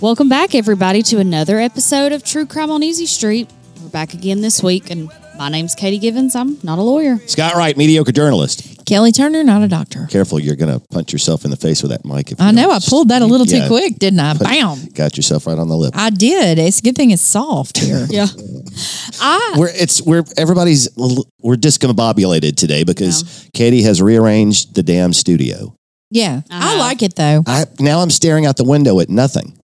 Welcome back, everybody, to another episode of True Crime on Easy Street. We're back again this week, and my name's Katie Givens. I'm not a lawyer. Scott Wright, mediocre journalist. Kelly Turner, not a doctor. Careful, you're going to punch yourself in the face with that mic. If you I know don't I just- pulled that a little yeah, too quick, didn't I? Bam. Got yourself right on the lip. I did. It's a good thing it's soft here. Yeah. I we're it's we're everybody's a little- we're discombobulated today because Katie has rearranged the damn studio. yeah, I Uh-huh. like it though. I now I'm staring out the window at nothing.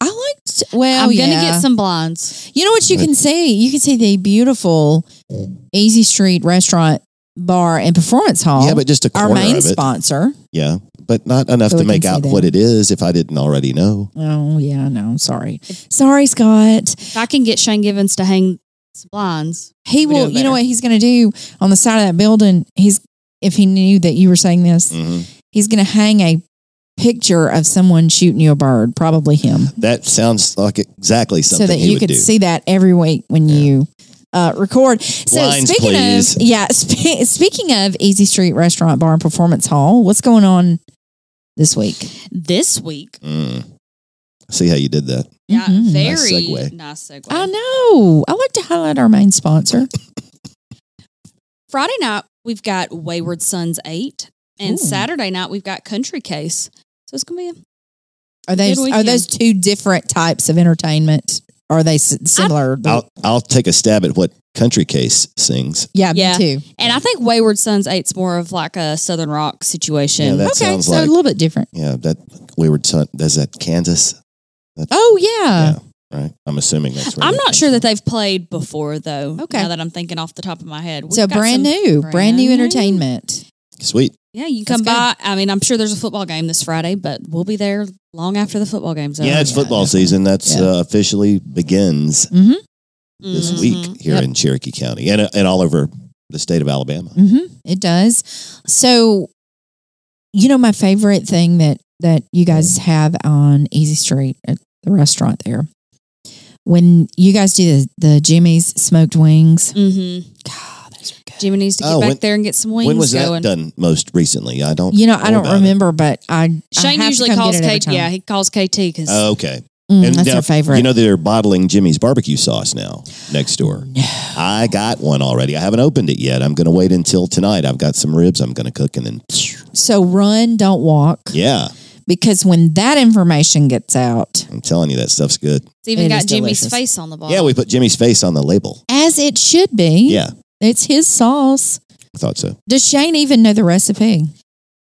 I liked. Well, I'm going to yeah. get some blinds. You know what you can see? You can see the beautiful Easy Street Restaurant Bar and Performance Hall. yeah, but just a our corner main of it. sponsor. Yeah, but not enough So to we can make see out that. what it is if I didn't already know. Oh yeah, no, sorry, sorry, Scott. If I can get Shane Givens to hang some blinds, He We're will. doing You know better. what he's going to do on the side of that building? He's if he knew that you were saying this, Mhm. he's going to hang a picture of someone shooting you a bird, probably him, That sounds like exactly something so that he you would could do. see that every week when Yeah. you uh, record. So Blinds, speaking please. of yeah, spe- speaking of Easy Street Restaurant Bar and Performance Hall, what's going on this week? this week, Mm. See how you did that. yeah, Mhm. very Nice segue. nice segue. I know. I like to highlight our main sponsor. Friday night, we've got Wayward Sons 8, and Ooh. Saturday night, we've got Country Case. So it's going to be a Are those Good are those two different types of entertainment? Are they s- similar? I'll I'll take a stab at what Country Case sings. yeah, Yeah. me too. And I think Wayward Sons 8's more of like a Southern Rock Yeah, situation. that okay, sounds so like a little bit different. yeah that wayward son. Does that Kansas? Oh yeah. Right. I'm assuming that's. Where I'm that not comes sure from. that they've played before, though. Okay. Now that I'm thinking off the top of my head. We've so got brand some- new, brand, new brand new. entertainment. Sweet. Yeah, you That's can come by. I mean, I'm sure there's a football game this Friday, but we'll be there long after the football game's over. yeah, it's yeah, football definitely. season. That's Yeah. uh, officially begins Mm-hmm. this Mhm. week here Yep. in Cherokee County and uh, and all over the state of Alabama. Mm-hmm. It does. So, you know, my favorite thing that that you guys have on Easy Street at the restaurant there, when you guys do the, the Jimmy's smoked wings. Mhm. God, those are good. Jimmy needs to get Oh, back when- there and get some wings When was that going. done most recently? I don't. You know, I know don't about it. remember, but I Shane I have usually to come calls get it every KT. Yeah, time. he calls KT because Oh, okay. Mm, And that's now, our favorite. You know they're bottling Jimmy's barbecue sauce now next door. No. I got one already. I haven't opened it yet. I'm going to wait until tonight. I've got some ribs I'm going to cook and then so run, don't walk, yeah, because when that information gets out, I'm telling you that stuff's good. it's even It got is Jimmy's delicious. face on the ball. Yeah, we put Jimmy's face on the label. as it should be, Yeah, it's his sauce. I thought so. Does Shane even know the recipe?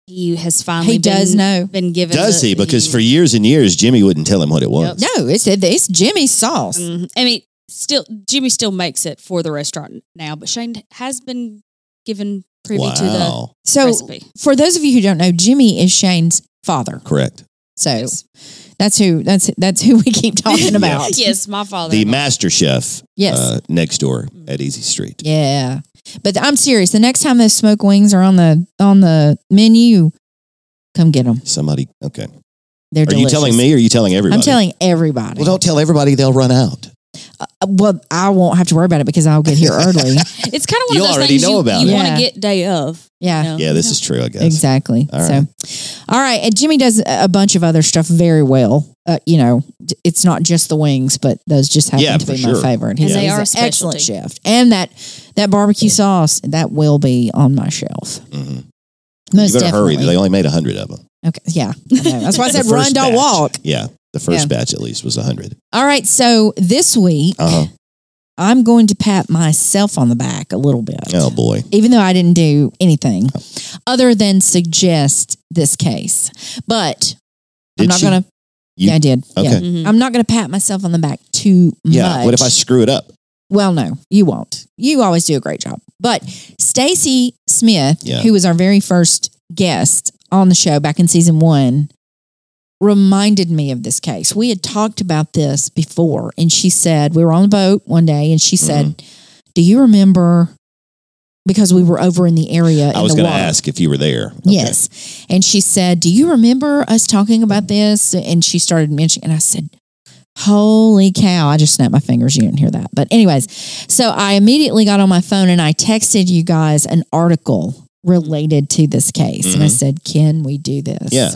he has finally He does been, know. been given. Does the- he? Because E. the- for years and years, Jimmy wouldn't tell him what it was. No, it's it's Jimmy's sauce. Mhm. I mean, still Jimmy still makes it for the restaurant now, but Shane has been given privy to the Wow. So, recipe. for those of you who don't know, Jimmy is Shane's father. Correct. So Yes. that's who that's that's who we keep talking Yeah. about. yes, my father. The master chef Yes. Mm-hmm. uh, next door at Easy Street. yeah. But I'm serious. The next time those smoke wings are on the on the menu, come get them. Somebody, okay. Are They're you delicious. telling me or are you telling everybody? I'm telling everybody. Well, don't tell everybody they'll run out. Uh, well, I won't have to worry about it because I'll get here early. It's kind of one You of those already things know you, about you it. want to Yeah. get day of. Yeah. you know? Yeah, this is true, I guess. Exactly. All So, all right. And Jimmy does a a bunch of other stuff very well. Uh, you know, d- it's not just the wings, but those just happen Yeah, to be for my sure. favorite. And they he's are a an specialty. excellent chef. And that that barbecue sauce that will be on my shelf. hmm You Most better definitely. hurry. They only made 100 of them. okay. Yeah. I know. That's why I The said first run, don't batch. walk. Yeah, the first Yeah. batch at least was 100. All right. So this week, Uh-huh. I'm going to pat myself on the back a little bit. Oh, boy. even though I didn't do anything other than suggest this case. But I'm Did not she? gonna. You- yeah, I did. Okay. Yeah. Mhm. I'm not gonna pat myself on the back too Yeah. much. What if I screw it up? Well, no, you won't. You always do a great job. But Stacy Smith, Yeah. who was our very first guest on the show back in season one, reminded me of this case. We had talked about this before, and she said, We were on the boat one day, and she said, Mm-hmm. Do you remember? Because we were over in the area. I in was the going to water. ask if you were there. Okay. Yes. And she said, Do you remember us talking about this? And she started mentioning, and I said, Holy cow. I just snapped my fingers. You didn't hear that. But, anyways, so I immediately got on my phone and I texted you guys an article related to this case. And I Mhm. said, Can we do this? Yeah.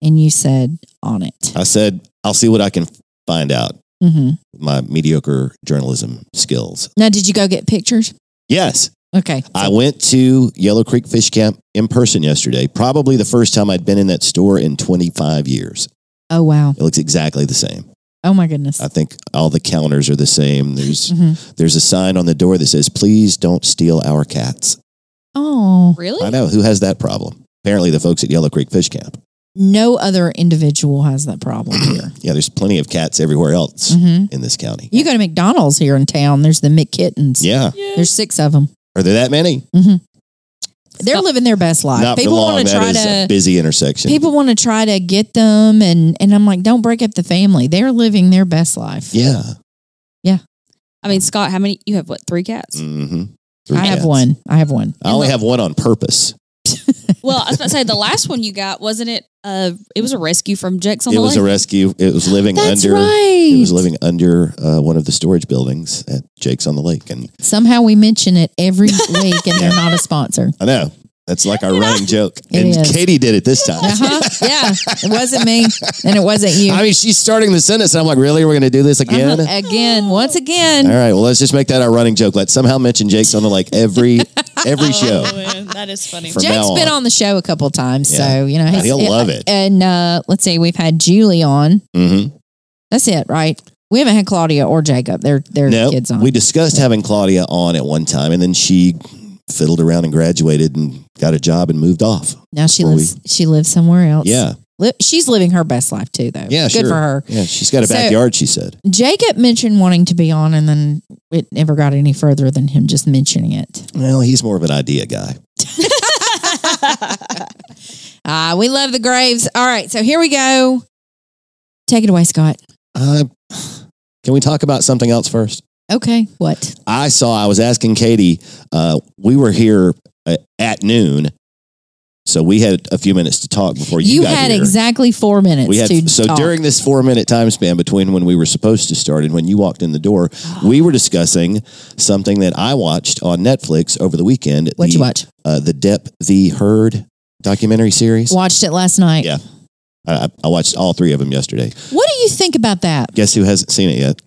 And you said, On it. I said, I'll see what I can find out hmm with my mediocre journalism skills. Now, did you go get pictures? Yes, Okay. I went to Yellow Creek Fish Camp in person yesterday. Probably the first time I'd been in that store in 25 years. oh wow. It looks exactly the same. Oh my goodness. I think all the counters are the same. There's hmm there's a sign on the door that says, "Please don't steal our cats." Oh, Really? I know who has that problem. Apparently, the folks at Yellow Creek Fish Camp. no other individual has that problem here. Yeah, there's plenty of cats everywhere else hmm in this county. You go to McDonald's here in town. There's the McKittens. yeah, There's six of them. are there that many? They're Not- living their best life. Not for people long. want to That try is a to. busy intersection. People want to try to get them, and and I'm like, don't break up the family. They're living their best life. yeah, I mean, Scott, how many? You have what? Three cats? mm-hmm. I have one. I have one. I only have one on purpose. Well, I was about to say the last one you got wasn't it? Uh, it was a rescue from Jack's on it the was Lake. a rescue. It was living That's under. right. It was living under uh, one of the storage buildings at Jake's on the Lake, and Somehow we mention it every week, and they're not a sponsor. I know that's like our running joke. It and is. Katie did it this time. Uh-huh. Yeah, it wasn't me, and it wasn't you. I mean, she's starting the sentence, and I'm like, really? We're going to do this again? Uh-huh. Again, once again. All right. Well, let's just make that our running joke. Let's somehow mention Jake's on the like every Oh, every show. that is funny. From Jake's now been on. on the show a couple times, Yeah. so you know he's- he'll love it. And uh, let's see, we've had Julie on. Mm-hmm. That's it, right? We haven't had Claudia or Jacob. They're they're No, kids on. we discussed having Claudia on at one time, and then she fiddled around and graduated and got a job and moved off. now she Well, lives she lives somewhere else. Yeah, Li- she's living her best life too, though. Yeah, good sure. for her. yeah. She's got a So- backyard. she said. Jacob mentioned wanting to be on, and then it never got any further than him just mentioning it. Well, he's more of an idea guy. Ah, we love the graves. All right, so here we go. Take it away, Scott. Uh, can we talk about something else first? Okay, what? I saw, I was asking Katie, uh, we were here uh, at noon. So we had a few minutes to talk before you, You got had here. exactly four minutes we to had so talk. during this four minute time span between when we were supposed to start and when you walked in the door, we were discussing something that I watched on Netflix over the weekend. What'd the, you watch? Uh, the Depp the Herd documentary series. Watched it last night. Yeah. I, I- I watched all three of them yesterday. What do you think about that, Guess who hasn't seen it yet?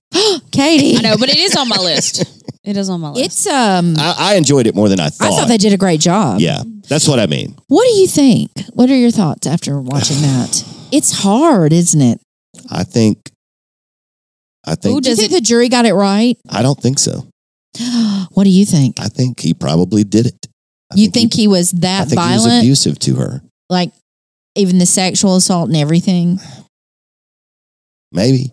Katie? I know, but it is on my list. It is on my list. It's um. I, I, I enjoyed it more than I thought. thought they did a great job. yeah, that's what I mean. What do you think? What are your thoughts after watching that? It's hard, isn't it? I think. I Who think. do you think the jury got it right? I don't think so. What do you think? I think he probably did it. I you think, he, was that I think he was violent? abusive to her. like even the sexual assault and everything. Maybe.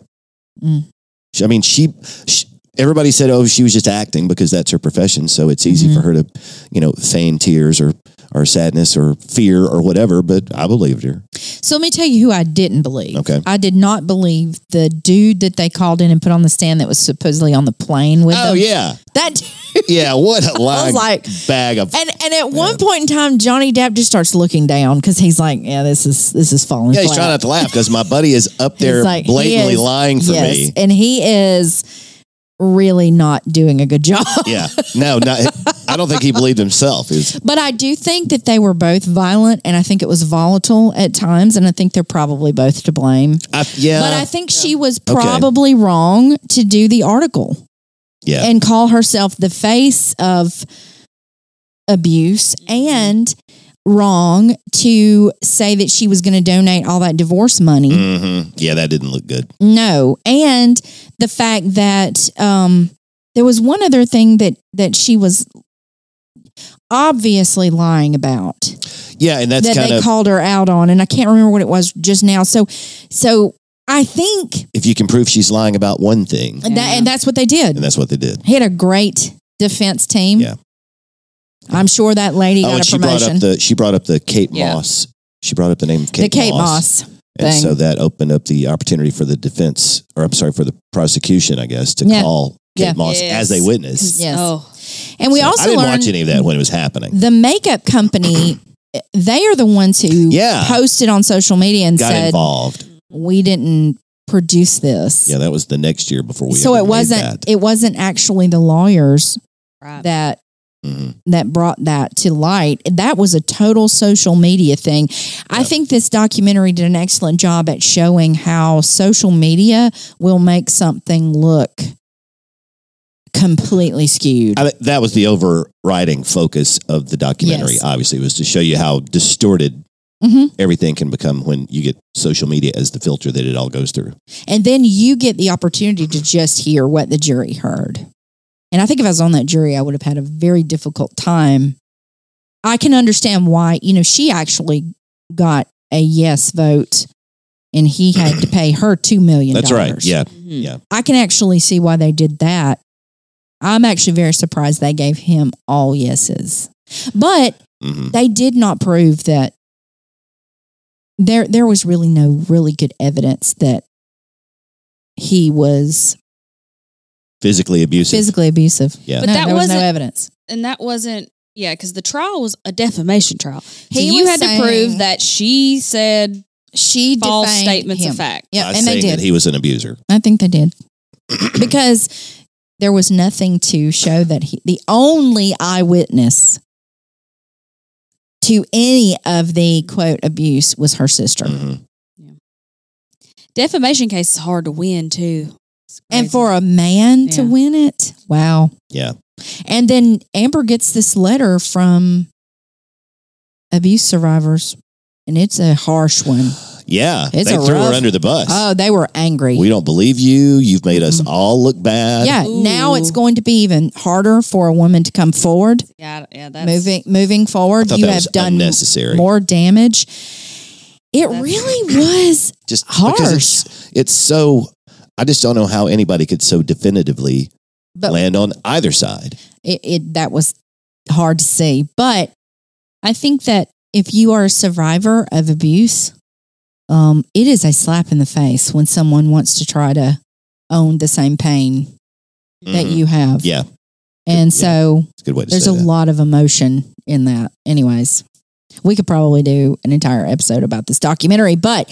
Mm. She- I mean, she, she. Everybody said, "Oh, she was just acting because that's her profession, so it's easy for Mm-hmm. her to, you know, feign tears or or sadness or fear or whatever." But I believed her. So let me tell you who I didn't believe. Okay. I did not believe the dude that they called in and put on the stand that was supposedly on the plane with Oh them. yeah, That dude yeah. What a I lying was like bag of. and and at one point in time Johnny Depp just starts looking down because he's like, Yeah, this is this is falling. yeah, he's flat. trying not to laugh because my buddy is up He's there like, he blatantly is- lying for yes, me. And he is really not doing a good job. Yeah, no, not, I don't think he believed himself. Is But I do think that they were both violent and I think it was volatile at times and I think they're probably both to blame. I, yeah, but I think she was Okay. probably wrong to do the article yeah. and call herself the face of abuse and wrong to say that she was going to donate all that divorce money. hmm Yeah, that didn't look good. No. And the fact that um, there was one other thing that, that she was obviously lying about Yeah, and that's that kind they of called her out on. And I can't remember what it was just now. So, so I think if you can prove she's lying about one thing, And that, Yeah. and that's what they did. and that's what they did. He had a great defense team. Yeah. I'm sure that lady oh, and got a she brought promotion. up the she brought up the Kate Yeah. Moss. She brought up the name of Kate, the Kate Moss. and thing. so that opened up the opportunity for the defense, or I'm sorry, for the prosecution, I guess, to Yeah. call Kate Yeah. Moss Yes. as a witness. Yes. Oh, And we So also I didn't learned watch any of that when it was happening. the makeup company, they are the ones who Yeah. posted on social media and Got said, involved. we didn't produce this. Yeah, that was the next year before we. so ever it made wasn't that. it wasn't actually the lawyers right. that Mhm. that brought that to light. That was a total social media thing. I think this documentary did an excellent job at showing how social media will make something look completely skewed. I mean, that was the overriding focus of the documentary. Yes. Obviously, was to show you how distorted Mhm. everything can become when you get social media as the filter that it all goes through. And then you get the opportunity to just hear what the jury heard. And I think if I was on that jury, I would have had a very difficult time. I can understand why, you know, she actually got a yes vote and he had to pay her $2 million. That's right. Yeah, Mhm. I can actually see why they did that. I'm actually very surprised they gave him all yeses. But hmm they did not prove that there there was really no really good evidence that he was physically abusive. physically abusive. Yeah. But No, that there was no wasn't- evidence. and that wasn't yeah because the trial was a defamation trial so He you was had saying- to prove that she said She false defamed statements him. of fact Yeah, by and they saying did. that he was an abuser. I think they did because there was nothing to show that he. The only eyewitness to any of the quote abuse was her sister. Mm-hmm. Mhm. defamation case is hard to win too It's And crazy. for a man to Yeah. win it, wow. Yeah. And then Amber gets this letter from abuse survivors, and it's a harsh one. Yeah, It's they a threw her rough- under the bus. Oh, they were angry. we don't believe you. You've made us all look bad. yeah, Ooh. now it's going to be even harder for a woman to come forward. yeah yeah that's Moving moving I forward, thought you that have was done unnecessary. more damage. It That's- really was. just Harsh. because it's, it's so. I just don't know how anybody could so definitively But land on either side. it, it that was hard to see. But I think that if you are a survivor of abuse, um, it is a slap in the face when someone wants to try to own the same pain that Mhm. you have. Yeah. And Yeah. so It's a good way to there's say a that. lot of emotion in that. Anyways, we could probably do an entire episode about this documentary, but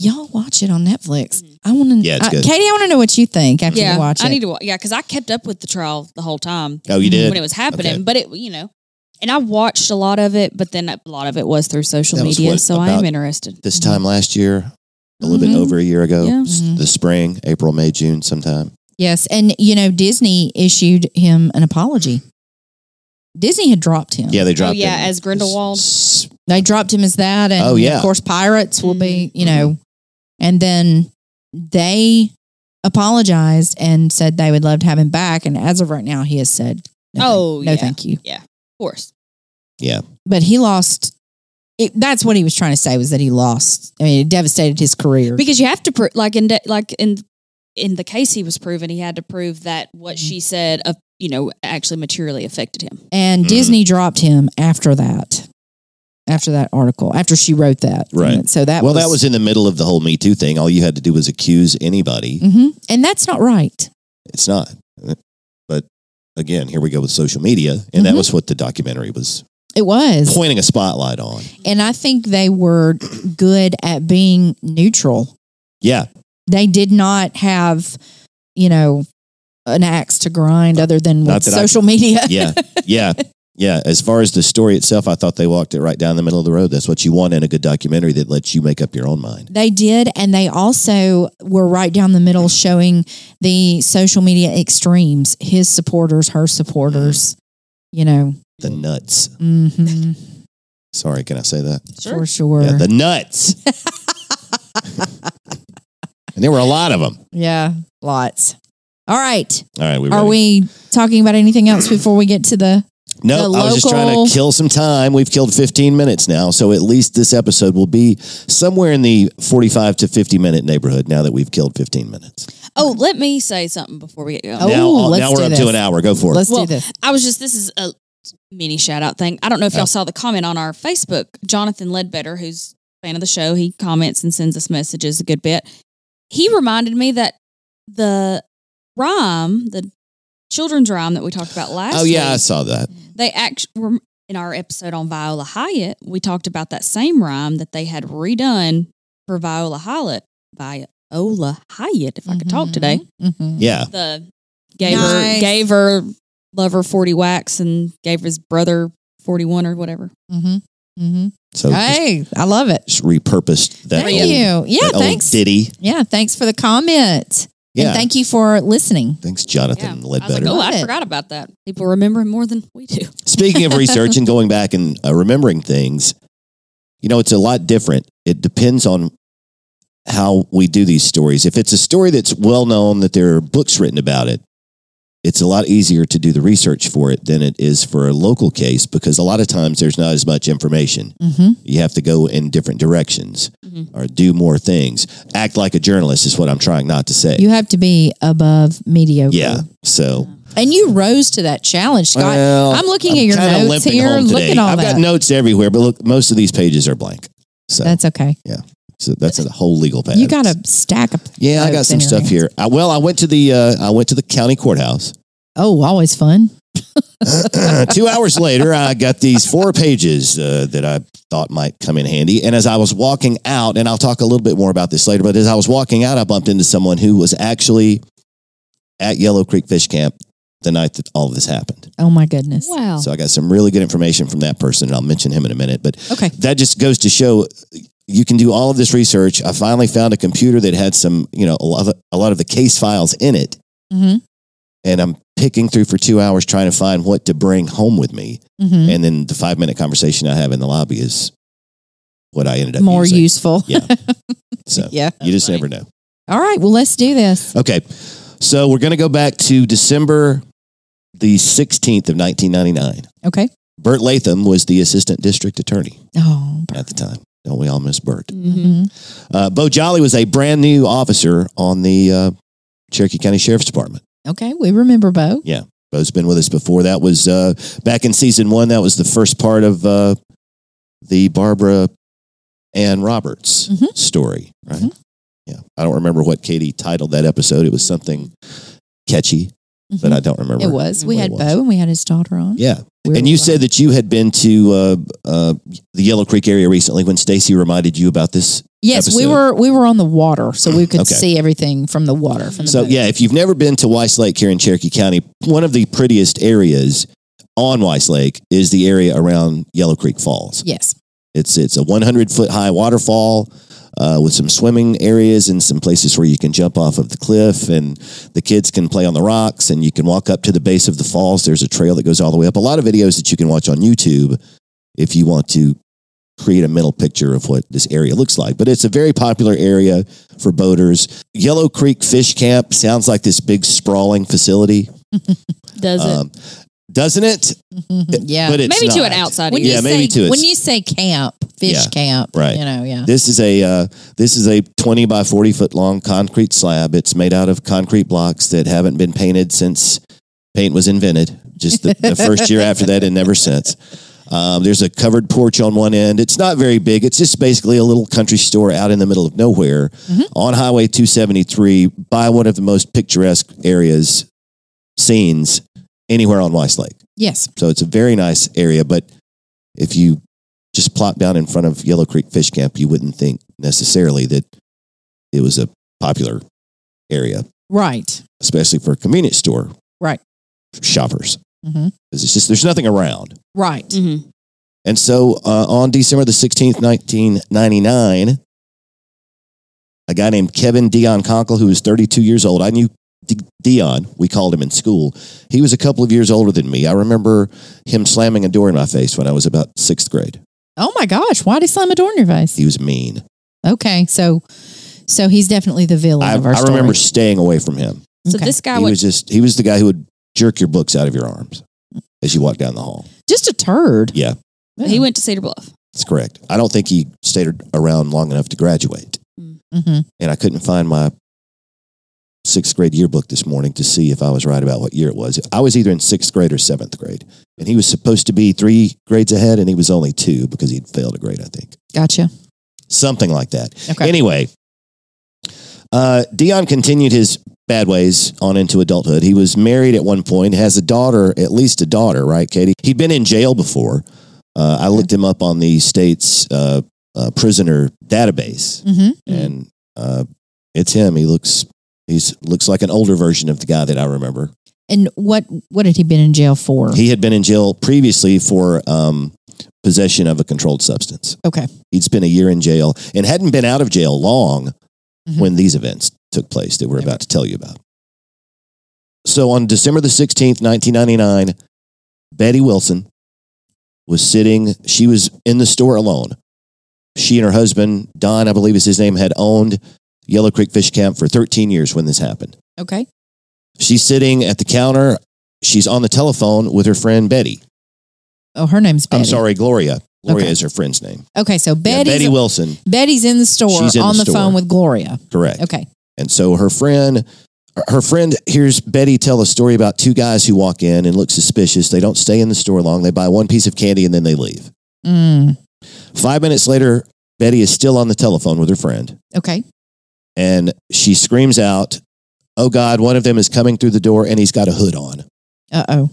y'all watch it on Netflix. I want to, Yeah, it's good. Katie, I want to know what you think after Mm. yeah you watch it. i need to watch yeah because i kept up with the trial the whole time Oh, you when it did. was happening Okay. but it you know and i watched a lot of it but then a lot of it was through social That was media what, so i am about- interested This time Mm-hmm. last year, a little Mhm. bit over a year ago, Yeah. s- the spring, April, May, June, sometime. Yes, and you know Disney issued him an apology. Disney had dropped him. Yeah, they dropped. Oh, yeah, him. as Grindelwald? S- they dropped him as that, and Oh, yeah. of course pirates will be Mm-hmm. you know, and then they apologized and said they would love to have him back, and as of right now, he has said, no, Oh, no, yeah. thank you. of course But he lost. It, that's what he was trying to say was that he lost. I mean, it devastated his career. because you have to prove like in de- like in in the case he was proven he had to prove that what Mm-hmm. Mhm. she said uh, you know actually materially affected him and Mhm. Disney dropped him after that, after that article, after she wrote that. Right. So that well, that was in the middle of the whole Me Too thing. All you had to do was accuse anybody. hmm And that's not right. It's not. But again, here we go with social media, and that Mhm. was what the documentary was It was. pointing a spotlight on. And I think they were good at being neutral. Yeah, They did not have, you know, an axe to grind other than Not with that I- social media. yeah, yeah, yeah. As far as the story itself, I thought they walked it right down the middle of the road. That's what you want in a good documentary that lets you make up your own mind. They did. And they also were right down the middle showing the social media extremes, his supporters, her supporters, you know, The nuts. hmm Sorry, can I say that? for sure. Yeah, the nuts. and there were a lot of them. yeah. Lots. All right. All right, we Are ready? we talking about anything else before we get to the No, The I was just trying local- to kill some time. We've killed 15 minutes now, so at least this episode will be somewhere in the 45 to 50 minute neighborhood now that we've killed 15 minutes. oh let me say something before we get going Oh, now, uh, let's now we're do up this. to an hour. Go for it. Let's Well, do this. i was just this is a mini shout out thing i don't know if y'all Oh. saw the comment on our facebook jonathan ledbetter who's a fan of the show he comments and sends us messages a good bit he reminded me that the rhyme the children's rhyme that we talked about last oh, yeah, I week, saw that. They actually, in our episode on Viola Hyatt, we talked about that same rhyme that they had redone for Viola Hyatt. Mm-hmm. Viola Hyatt, if I could talk today. Mhm. Yeah. The gave her Nice. gave her lover 40 wax and gave his brother 41 or whatever. Mm-hmm. Mm-hmm. So just, Hey, I love it. just repurposed that Thank old, you. Yeah, that old thanks. ditty. Yeah, thanks for the comment. Yeah. And thank you for listening. Thanks, Jonathan Yeah. I was Ledbetter. like, oh, Love I it. forgot about that. People remember him more than we do. Speaking of research and going back and uh, remembering things, you know, it's a lot different. It depends on how we do these stories. If it's a story that's well known, that there are books written about it, it's a lot easier to do the research for it than it is for a local case because a lot of times there's not as much information. Mm-hmm. You have to go in different directions Mhm. or do more things. Act like a journalist is what I'm trying not to say. You have to be above mediocre. yeah. So, And you rose to that challenge, Scott. Well, I'm looking at your kinda notes limping here. home Look today. at all I've that. got notes everywhere, but look, most of these pages are blank. So that's, That's okay. so that's a whole legal pad. You got a stack of yeah, I got notes some in your stuff hands. here. I, well, I went to the uh, I went to the county courthouse. Oh, always fun. Two hours later, I got these four pages uh, that I thought might come in handy. And as I was walking out, and I'll talk a little bit more about this later, but as I was walking out, I bumped into someone who was actually at Yellow Creek Fish Camp the night that all of this happened. Oh my goodness. Wow. So I got some really good information from that person, and I'll mention him in a minute. But Okay. that just goes to show you can do all of this research. I finally found a computer that had some, you know, a lot of, a lot of the case files in it, hmm and I'm picking through for two hours trying to find what to bring home with me. hmm And then the five minute conversation I have in the lobby is what I ended up More using. useful. Yeah. So yeah. you just That's never know. All right. Well, let's do this. Okay, so we're going to go back to December the 16th of 1999. Okay. Bert Latham was the assistant district attorney Oh, at the time. Don't we all miss Bert? Mhm. Mhm. Uh, Bo Jolly was a brand new officer on the uh, Cherokee County Sheriff's Department. okay. We remember Bo. Bo's been with us before. That was uh, back in season one. That was the first part of uh, the Barbara Ann Roberts Mhm. story, right? Mhm. Yeah, I don't remember what Katie titled that episode. It was something catchy, but I don't remember. Mm-hmm. it was. We what had it was. Bo and we had his daughter on. Yeah, We and were you like- said that you had been to uh, uh, the Yellow Creek area recently when Stacy reminded you about this yes, we episode. were we were on the water, so we could Okay. see everything from the water. From the So boat. yeah, if you've never been to Weiss Lake here in Cherokee County, one of the prettiest areas on Weiss Lake is the area around Yellow Creek Falls. yes, It's it's a 100 foot high waterfall uh, with some swimming areas and some places where you can jump off of the cliff, and the kids can play on the rocks, and you can walk up to the base of the falls. There's a trail that goes all the way up. A lot of videos that you can watch on YouTube if you want to create a mental picture of what this area looks like. But it's a very popular area for boaters. Yellow Creek Fish Camp sounds like this big sprawling facility, Does it? um, doesn't it? Mm-hmm. yeah. But it's Maybe to not. an outsider. when yeah, you maybe say, to when it's- you say camp, fish Yeah, camp, right. You know, yeah. This is a uh, this is a twenty by forty foot long concrete slab. It's made out of concrete blocks that haven't been painted since paint was invented. Just the, the first year after that, and never since. Um, there's a covered porch on one end. It's not very big. It's just basically a little country store out in the middle of nowhere on Highway 273 by one of the most picturesque areas, scenes anywhere on Weiss Lake. Yes. So it's a very nice area, but if you just plop down in front of Yellow Creek Fish Camp, you wouldn't think necessarily that it was a popular area, Right. especially for convenience store Right. shoppers. hmm 'Cause It's just there's nothing around. Right. Mm. Mhm. And so uh, on December the 16th, 1999, a guy named Kevin Dion Conkle, who was 32 years old, I knew D- Dion, we called him in school. He was a couple of years older than me. I remember him slamming a door in my face when I was about sixth grade. Oh my gosh! Why did he slam a door in your face? He was mean. Okay, so so he's definitely the villain I, of our I story. remember staying away from him. So Okay. this guy He would. was just, he was the guy who would jerk your books out of your arms as you walked down the hall. just a turd. Yeah. He went to Cedar Bluff. That's correct. I don't think he stayed around long enough to graduate. hmm and I couldn't find my sixth grade yearbook this morning to see if I was right about what year it was. I was either in sixth grade or seventh grade, and he was supposed to be three grades ahead, and he was only two because he'd failed a grade, I think, Gotcha. something like that. Okay. Anyway, uh, Dion continued his bad ways on into adulthood. He was married at one point, has a daughter, at least a daughter, right, Katie? He'd been in jail before. Uh, I looked him up on the state's uh, uh, prisoner database hmm and uh, it's him. He looks he's looks like an older version of the guy that I remember. And what what had he been in jail for? He had been in jail previously for um, possession of a controlled substance. Okay. He'd spent a year in jail and hadn't been out of jail long Mhm. when these events took place that we're about to tell you about. So on December the 16th, 1999, Betty Wilson was sitting, she was in the store alone. She and her husband, Don, I believe is his name, had owned Yellow Creek Fish Camp for 13 years when this happened. Okay. She's sitting at the counter. She's on the telephone with her friend Betty. Oh, her name's Betty. I'm sorry, Gloria. Gloria Okay. is her friend's name. Okay, so Yeah, Betty's Betty Wilson, Betty's in the store She's in on the the, store. phone with Gloria. correct. Okay. And so her friend, her friend hears Betty tell a story about two guys who walk in and look suspicious. They don't stay in the store long. They buy one piece of candy and then they leave. Mm. Five minutes later, Betty is still on the telephone with her friend Okay. and she screams out, Oh God, one of them is coming through the door and he's got a hood on. Uh oh.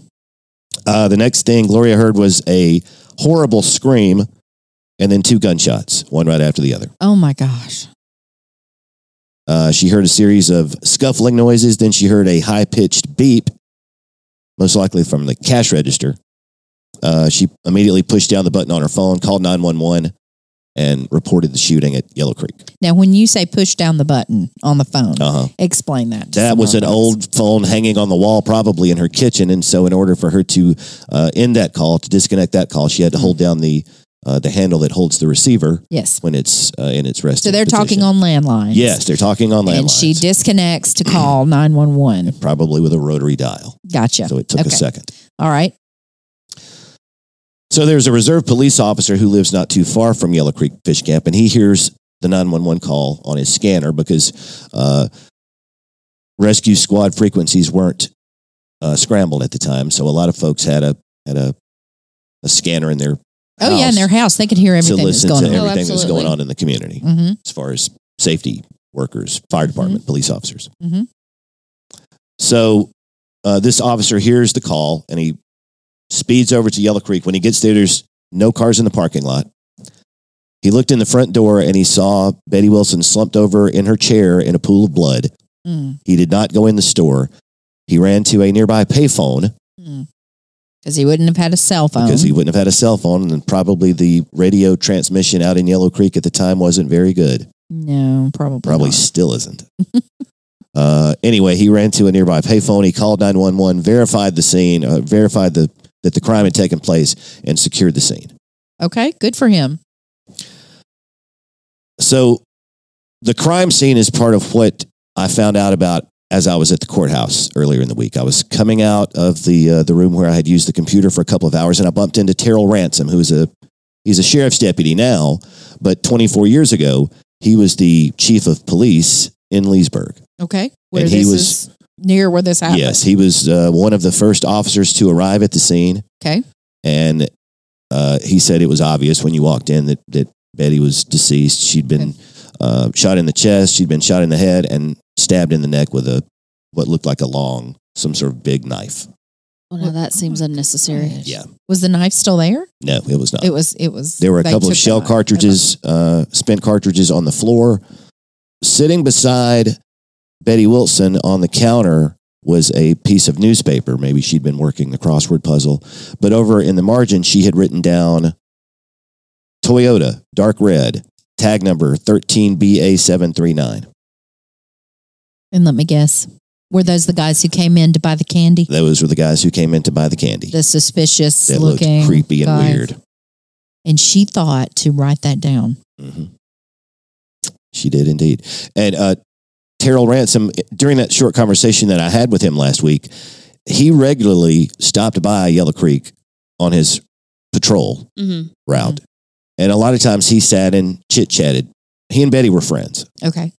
Uh, the next thing Gloria heard was a horrible scream and then two gunshots, one right after the other. Oh my gosh. Uh, she heard a series of scuffling noises. Then she heard a high pitched beep, most likely from the cash register. Uh, she immediately pushed down the button on her phone, called 911, and reported the shooting at Yellow Creek. Now, when you say push down the button on the phone, Uh huh. explain that. to That was an someone else. old phone hanging on the wall, probably in her kitchen. And so, in order for her to uh, end that call, to disconnect that call, she had to hold down the uh, the handle that holds the receiver Yes. when it's uh, in its rest. So they're talking on landlines. Yes, they're talking on landlines. And she disconnects to call 911. probably with a rotary dial. Gotcha. So it took Okay. a second. All right. So there's a reserve police officer who lives not too far from Yellow Creek Fish Camp, and he hears the 911 call on his scanner because uh, rescue squad frequencies weren't uh, scrambled at the time. So a lot of folks had a had a a scanner in their Oh, yeah. In their house house, they could hear to everything that's listen to going on. Oh, everything that's going absolutely. on in the community. Mm-hmm. as far as safety workers, fire department, police officers. Mhm. So uh, this officer hears the call and he speeds over to Yellow Creek. When he gets there, there's no cars in the parking lot. He looked in the front door and he saw Betty Wilson slumped over in her chair in a pool of blood. Mm-hmm. He did not go in the store. He ran to a nearby payphone Mm-hmm. Because he wouldn't have had a cell phone. because he wouldn't have had a cell phone, and probably the radio transmission out in Yellow Creek at the time wasn't very good. no, probably. Probably not. still isn't. uh, anyway, he ran to a nearby payphone. He called 911, verified the scene, uh, verified the, that the crime had taken place, and secured the scene. Okay. Good for him. So the crime scene is part of what I found out about as I was at the courthouse earlier in the week. I was coming out of the, uh, the room where I had used the computer for a couple of hours, and I bumped into Terrell Ransom, who's a, he's a sheriff's deputy now, but 24 years ago, he was the chief of police in Leesburg. Okay. Where And he this was- is near where this happened. Yes, he was uh, one of the first officers to arrive at the scene, Okay. and uh, he said it was obvious when you walked in that, that Betty was deceased. She'd been Okay. uh, shot in the chest, she'd been shot in the head, and stabbed in the neck with a what looked like a long, some sort of big knife. Well, Oh, now that seems unnecessary. Gosh. Yeah. Was the knife still there? No, it was not. It was. It was. there were a they couple took of Uh-huh. the shell knife. cartridges, uh, spent cartridges on the floor. Sitting beside Betty Wilson on the counter was a piece of newspaper. Maybe she'd been working the crossword puzzle, but over in the margin, she had written down Toyota, dark red, tag number 13BA739. And let me guess, were those the guys who came in to buy the candy? Those were the guys who came in to buy the candy. The suspicious that looked looking, creepy and guys. weird. and she thought to write that down. hmm She did indeed. And uh, Terrell Ransom, during that short conversation that I had with him last week, he regularly stopped by Yellow Creek on his patrol Mm-hmm. route. And a lot of times he sat and chit chatted. He and Betty were friends. Okay.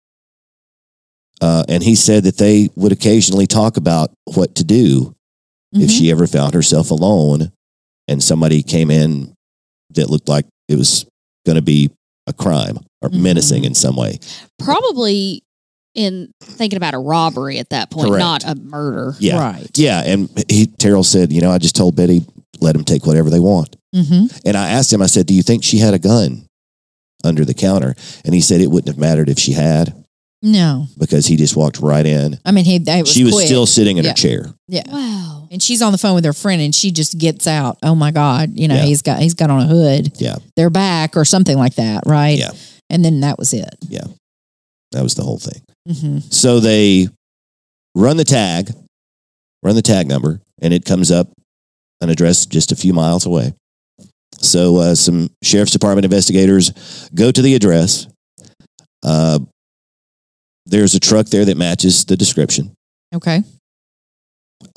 Uh, and he said that they would occasionally talk about what to do if Mhm. she ever found herself alone and somebody came in that looked like it was going to be a crime or menacing in some way. Probably in thinking about a robbery at that point, Correct. not a murder. Yeah. Right. Yeah. And he, Terrell said, you know, I just told Betty, let them take whatever they want. hmm And I asked him, I said, do you think she had a gun under the counter? And he said, it wouldn't have mattered if she had. No, because he just walked right in. I mean he. They was she was quick. still sitting in Yeah. her chair. yeah. Wow. And she's on the phone with her friend, and she just gets out. Oh my God! You know Yeah. he's got he's got on a hood. Yeah. they're back or something like that, right? Yeah. And then that was it. That was the whole thing. hmm So they run the tag, run the tag number, and it comes up an address just a few miles away. So uh, some sheriff's department investigators go to the address. Uh, there's a truck there that matches the description. Okay.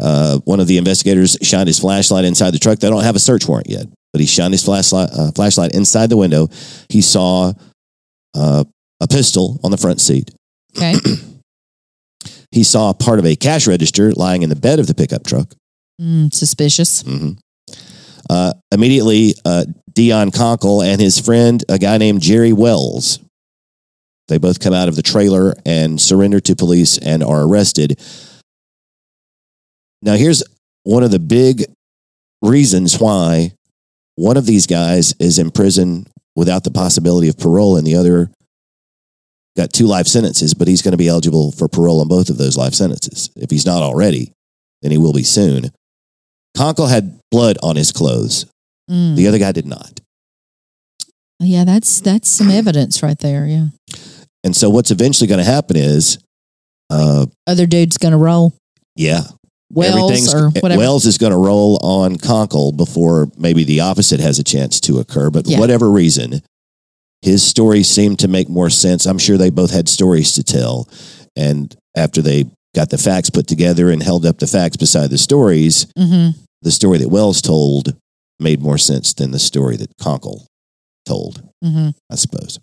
Uh, one of the investigators shined his flashlight inside the truck. They don't have a search warrant yet, but he shined his flashlight, uh, flashlight inside the window. He saw uh, a pistol on the front seat. Okay. He saw part of a cash register lying in the bed of the pickup truck. mm, suspicious. hmm Uh, immediately, uh, Dion Conkle and his friend, a guy named Jerry Wells, they both come out of the trailer and surrender to police and are arrested. Now, here's one of the big reasons why one of these guys is in prison without the possibility of parole, and the other got two life sentences, but he's going to be eligible for parole on both of those life sentences. If he's not already, then he will be soon. Conkle had blood on his clothes. Mm. The other guy did not. Yeah, that's that's some evidence right there. Yeah. And so what's eventually going to happen is, uh, Other dude's gonna roll yeah, Wells everything's- eh, or whatever. Wells is going to roll on Conkle before maybe the opposite has a chance to occur. But Yeah. whatever reason, his story seemed to make more sense. I'm sure they both had stories to tell. And after they got the facts put together and held up the facts beside the stories, hmm the story that Wells told made more sense than the story that Conkle told. hmm I suppose.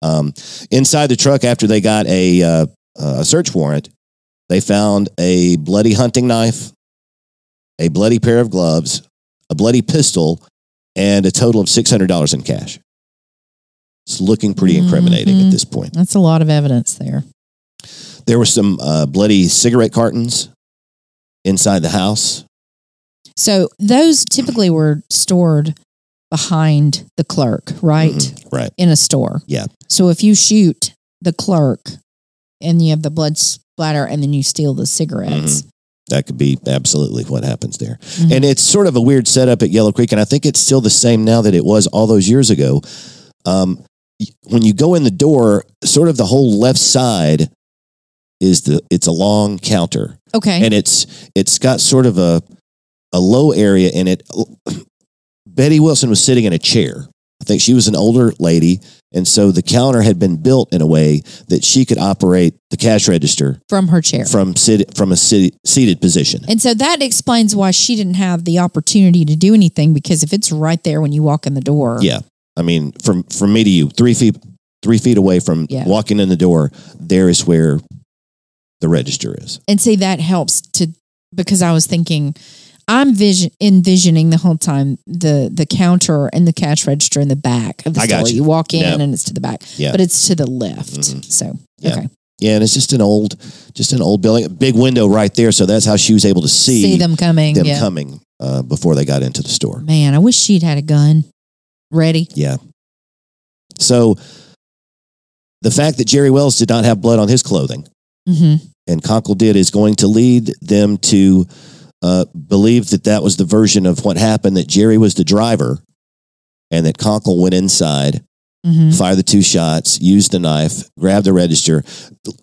Um, inside the truck, after they got a uh, a search warrant, they found a bloody hunting knife, a bloody pair of gloves, a bloody pistol, and a total of six hundred dollars in cash. It's looking pretty incriminating Mhm. at this point. That's a lot of evidence there. There were some uh, bloody cigarette cartons inside the house. So those typically were stored behind the clerk, right? Mhm, Right. In a store. Yeah. So if you shoot the clerk and you have the blood splatter and then you steal the cigarettes. That could be absolutely what happens there. Mhm. And it's sort of a weird setup at Yellow Creek. And I think it's still the same now that it was all those years ago. Um, y- when you go in the door, sort of the whole left side is the, it's a long counter Okay. Mm-hmm. and it's, it's got sort of a, a low area in it. Betty Wilson was sitting in a chair. I think she was an older lady. And so the counter had been built in a way that she could operate the cash register from her chair. from sit, from a sit, seated position. and so that explains why she didn't have the opportunity to do anything because if it's right there when you walk in the door, Yeah. I mean, from from me to you, three feet three feet away from Yeah. walking in the door, there is where the register is. and see that helps to because I was thinking I'm vision envisioning the whole time the the counter and the cash register in the back of the I store. got you. walk in Yeah. and it's to the back, Yeah. but it's to the left. Mhm. So Yeah. okay, Yeah, and it's just an old, just an old building, a big window right there. So that's how she was able to see, see, them coming. them yeah, coming uh, before they got into the store. man, I wish she'd had a gun ready. Yeah. So the fact that Jerry Wells did not have blood on his clothing Mm-hmm. and Conkle did is going to lead them to uh, believe that that was the version of what happened that Jerry was the driver and that Conkle went inside, Mm-hmm. fired the two shots, used the knife, grabbed the register.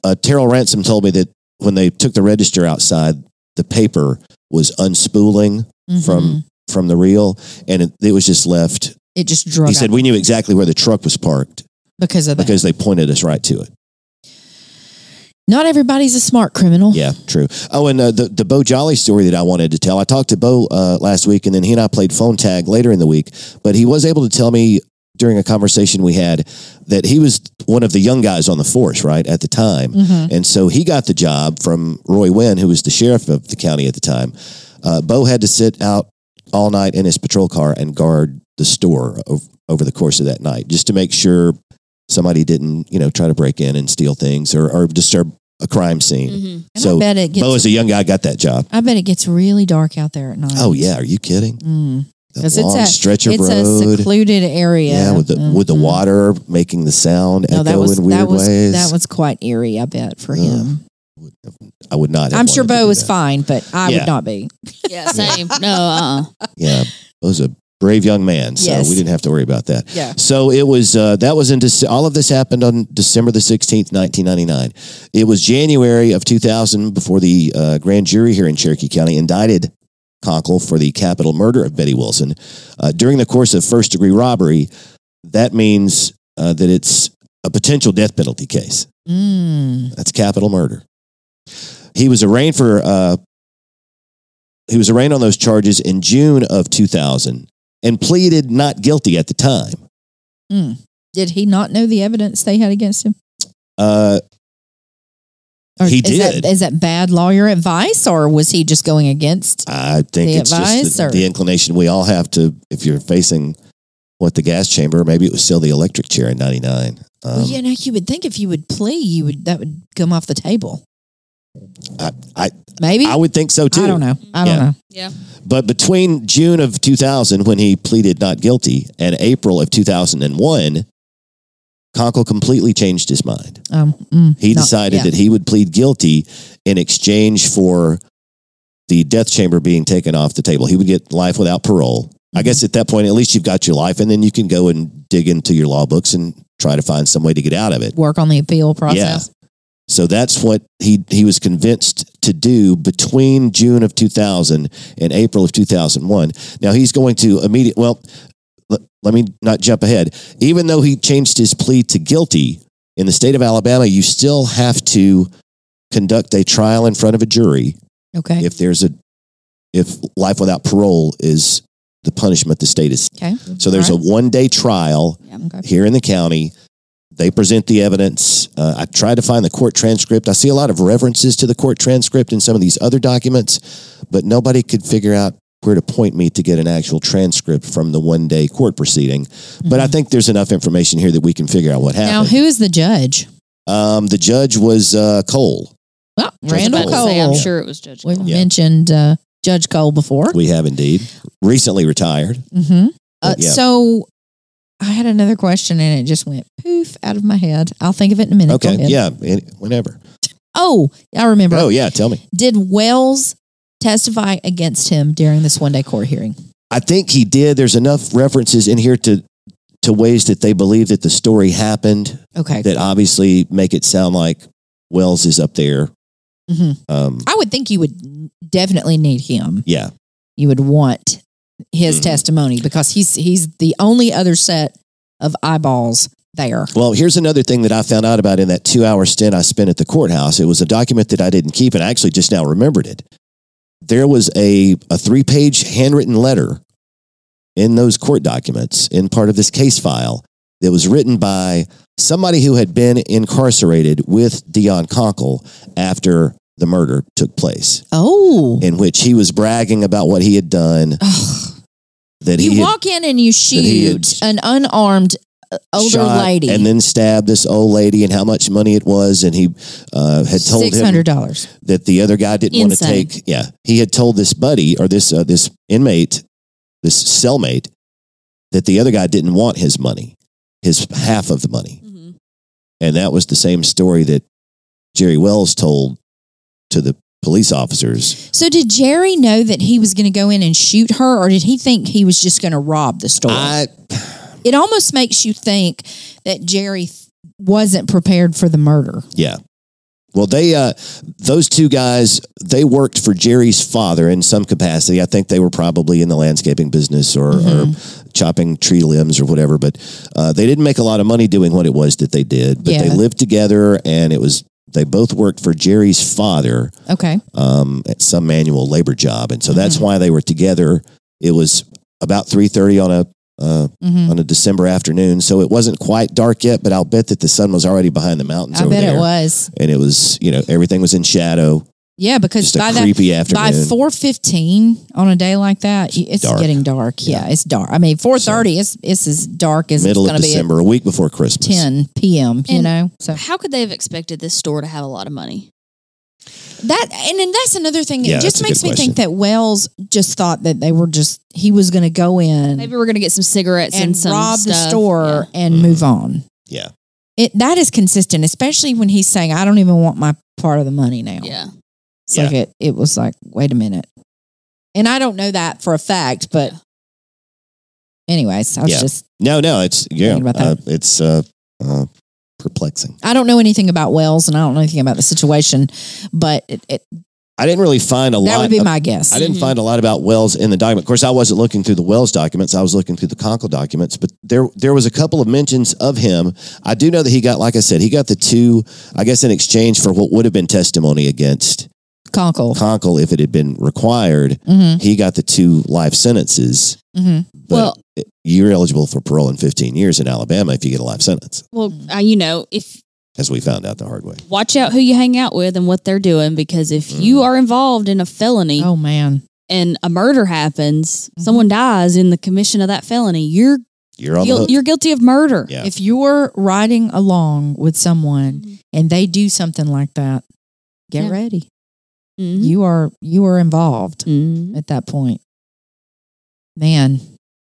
Uh, Terrell Ransom told me that when they took the register outside, the paper was unspooling Mm-hmm. from from the reel and it, it was just left. it just drug. He said, We knew exactly where the truck was parked because of that. because they pointed us right to it. Not everybody's a smart criminal. Yeah, true. Oh, and uh, the the Bo Jolly story that I wanted to tell. I talked to Bo uh, last week, and then he and I played phone tag later in the week. But he was able to tell me during a conversation we had that he was one of the young guys on the force, right at the time, Mhm. and so he got the job from Roy Wynn, who was the sheriff of the county at the time. Uh, Bo had to sit out all night in his patrol car and guard the store over, over the course of that night, just to make sure somebody didn't, you know, try to break in and steal things or, or disturb a crime scene. Mm-hmm. And I So bet it gets. Bo, as a young guy, got that job. I bet it gets really dark out there at night. Oh yeah, are you kidding? Mm. That 'Cause it's long a- stretch of it's a road. secluded area. yeah, with the with the Mhm. water making the sound No, echo that was in weird that was ways. that was quite eerie. I bet for Yeah. him. I would not. have I'm sure wanted to Bo do was that. fine, but I Yeah. would not be. Yeah, same. no, uh, Yeah, Bo was a brave young man, so Yes. we didn't have to worry about that. Yeah. So it was uh, that was in Dece- all of this happened on December the sixteenth, nineteen ninety nine. It was January of two thousand before the uh, grand jury here in Cherokee County indicted Conkle for the capital murder of Betty Wilson uh, during the course of first degree robbery. That means uh, that it's a potential death penalty case. Mm. That's capital murder. He was arraigned for uh, he was arraigned on those charges in June of 2000 and pleaded not guilty at the time. Did he not know the evidence they had against him? Uh, He is did. That, is that bad lawyer advice, or was he just going against? I think The it's just the, advisor. the inclination we all have to if you're facing what the gas chamber, maybe it was still the electric chair in 99. Um, well, you know, you would think if you would plea, you would that would come off the table. I- I- maybe I would think so too. I don't know. I don't Yeah. know. yeah. But between June of 2000, when he pleaded not guilty, and April of 2001, Conkle completely changed his mind. Um, mm, He not- decided yeah. that he would plead guilty in exchange for the death chamber being taken off the table. He would get life without parole. I guess at that point, at least you've got your life, and then you can go and dig into your law books and try to find some way to get out of it. work on the appeal process. So that's what he he was convinced to do between June of 2000 and April of 2001. Now he's going to immediate. Well, let, let me not jump ahead. Even though he changed his plea to guilty in the state of Alabama, you still have to conduct a trial in front of a jury Okay. if there's a if life without parole is the punishment the state is. okay. So there's a one day trial Okay. here in the county. They present the evidence. Uh, I tried to find the court transcript. I see a lot of references to the court transcript in some of these other documents, but nobody could figure out where to point me to get an actual transcript from the one day court proceeding. But I think there's enough information here that we can figure out what Mm-hmm. Now, happened. who is the judge? um, the judge was uh, Cole. Well, Judge I was Randall about to Cole. say, I'm sure it was Judge We've Cole. Yeah. mentioned uh, Judge Cole before. We have indeed recently retired. hmm Uh, But yeah. So I had another question and it just went poof out of my head. I'll think of it in a minute. Go Okay. ahead. Yeah. any- Whenever. Oh, I remember. Oh, yeah. Tell me. Did Wells testify against him during this one day court hearing? I think he did. There's enough references in here to to ways that they believe that the story happened. Okay. that obviously make it sound like Wells is up there. Mhm. Um, I would think you would definitely need him. yeah, You would want his Mhm. testimony because he's he's the only other set of eyeballs there. Well, here's another thing that I found out about in that two hour stint I spent at the courthouse. It was a document that I didn't keep, and I actually just now remembered it. There was a, a three page handwritten letter in those court documents, in part of this case file, that was written by somebody who had been incarcerated with Dion Conkle after the murder took place, Oh. in which he was bragging about what he had done, Ugh. that he you had walk in and you he had shoot an unarmed uh, older shot lady. and then stabbed this old lady and how much money it was and he uh, had told six him hundred dollars. that the other guy didn't want to Insane. take yeah he had told this buddy or this uh, this inmate this cellmate that the other guy didn't want his money his half of the money Mhm. and that was the same story that Jerry Wells told to the police officers So did Jerry know that he was going to go in and shoot her, or did he think he was just going to rob the store? I it almost makes you think that Jerry th- wasn't prepared for the murder. Yeah. Well, they uh, those two guys they worked for Jerry's father in some capacity. I think they were probably in the landscaping business or, Mm-hmm. or chopping tree limbs or whatever. But uh, they didn't make a lot of money doing what it was that they did. But they Yeah. lived together, and it was they both worked for Jerry's father Okay. um, at some manual labor job, and so that's Mm-hmm. why they were together. It was about three thirty on a. Uh, hmm on a December afternoon, so it wasn't quite dark yet, but I'll bet that the sun was already behind the mountains. I over bet there it was. and it was you know everything was in shadow Yeah, because just a by that creepy afternoon by four fifteen on a day like that, y- it's dark. getting dark. Yeah. it's dark. I mean, four thirty. It's it's as dark as middle it's of going to be at december a week before christmas ten p.m. You And- know, so How could they have expected this store to have a lot of money? That and then that's another thing. Yeah, it that's just a makes good me think that Wells just thought that they were just he was going to go in Maybe we're gonna get some cigarettes and, and some rob the stuff. store and Mhm. move on. Yeah. It that is consistent, especially when he's saying, "I don't even want my part of the money now." Yeah. yeah. It's like it it was like, wait a minute. And I don't know that for a fact, but anyways, I was Yeah. just No, no, it's yeah, Thinking about uh, it's uh, uh, perplexing. I don't know anything about Wells and I don't know anything about the situation, but it, it, I didn't really find a that lot. would be my guess. I didn't Mhm. find a lot about Wells in the document. Of course, I wasn't looking through the Wells documents. I was looking through the Conkle documents, but there there was a couple of mentions of him. I do know that he got, like I said, he got the two, I guess, in exchange for what would have been testimony against Conkle. Conkle if it had been required. hmm He got the two life sentences. hmm But Well- you're eligible for parole in 15 years in Alabama if you get a life sentence, Well, uh, you know, if as we found out the hard way. watch out who you hang out with and what they're doing, because if you are involved in a felony Oh man. and a murder happens, Mhm. someone dies in the commission of that felony, you're You're on the guil- hook. you're guilty of murder. Yeah. If you're riding along with someone Mhm. and they do something like that, get Yeah. ready. Mm-hmm. You are you are involved Mhm. at that point. Man,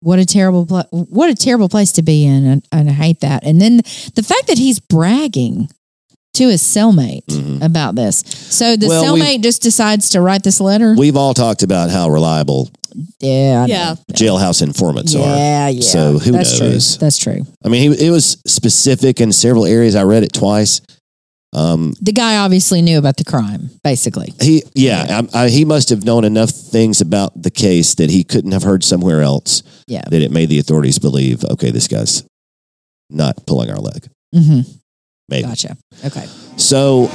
what a terrible pla- what a terrible place to be in, and, and I hate that. And then the fact that he's bragging to his cellmate Mhm. about this. So the Well, we- cellmate just decides to write this letter. We've all talked about how reliable yeah, I know. Yeah. jailhouse informants are. yeah, yeah. So who That's knows? True. That's true. I mean, he, it was specific in several areas. I read it twice. Um, The guy obviously knew about the crime, basically. he, yeah, I, I, he must have known enough things about the case that he couldn't have heard somewhere else. Yeah. that it made the authorities believe, okay, this guy's not pulling our leg. hmm Maybe Gotcha. Okay. so.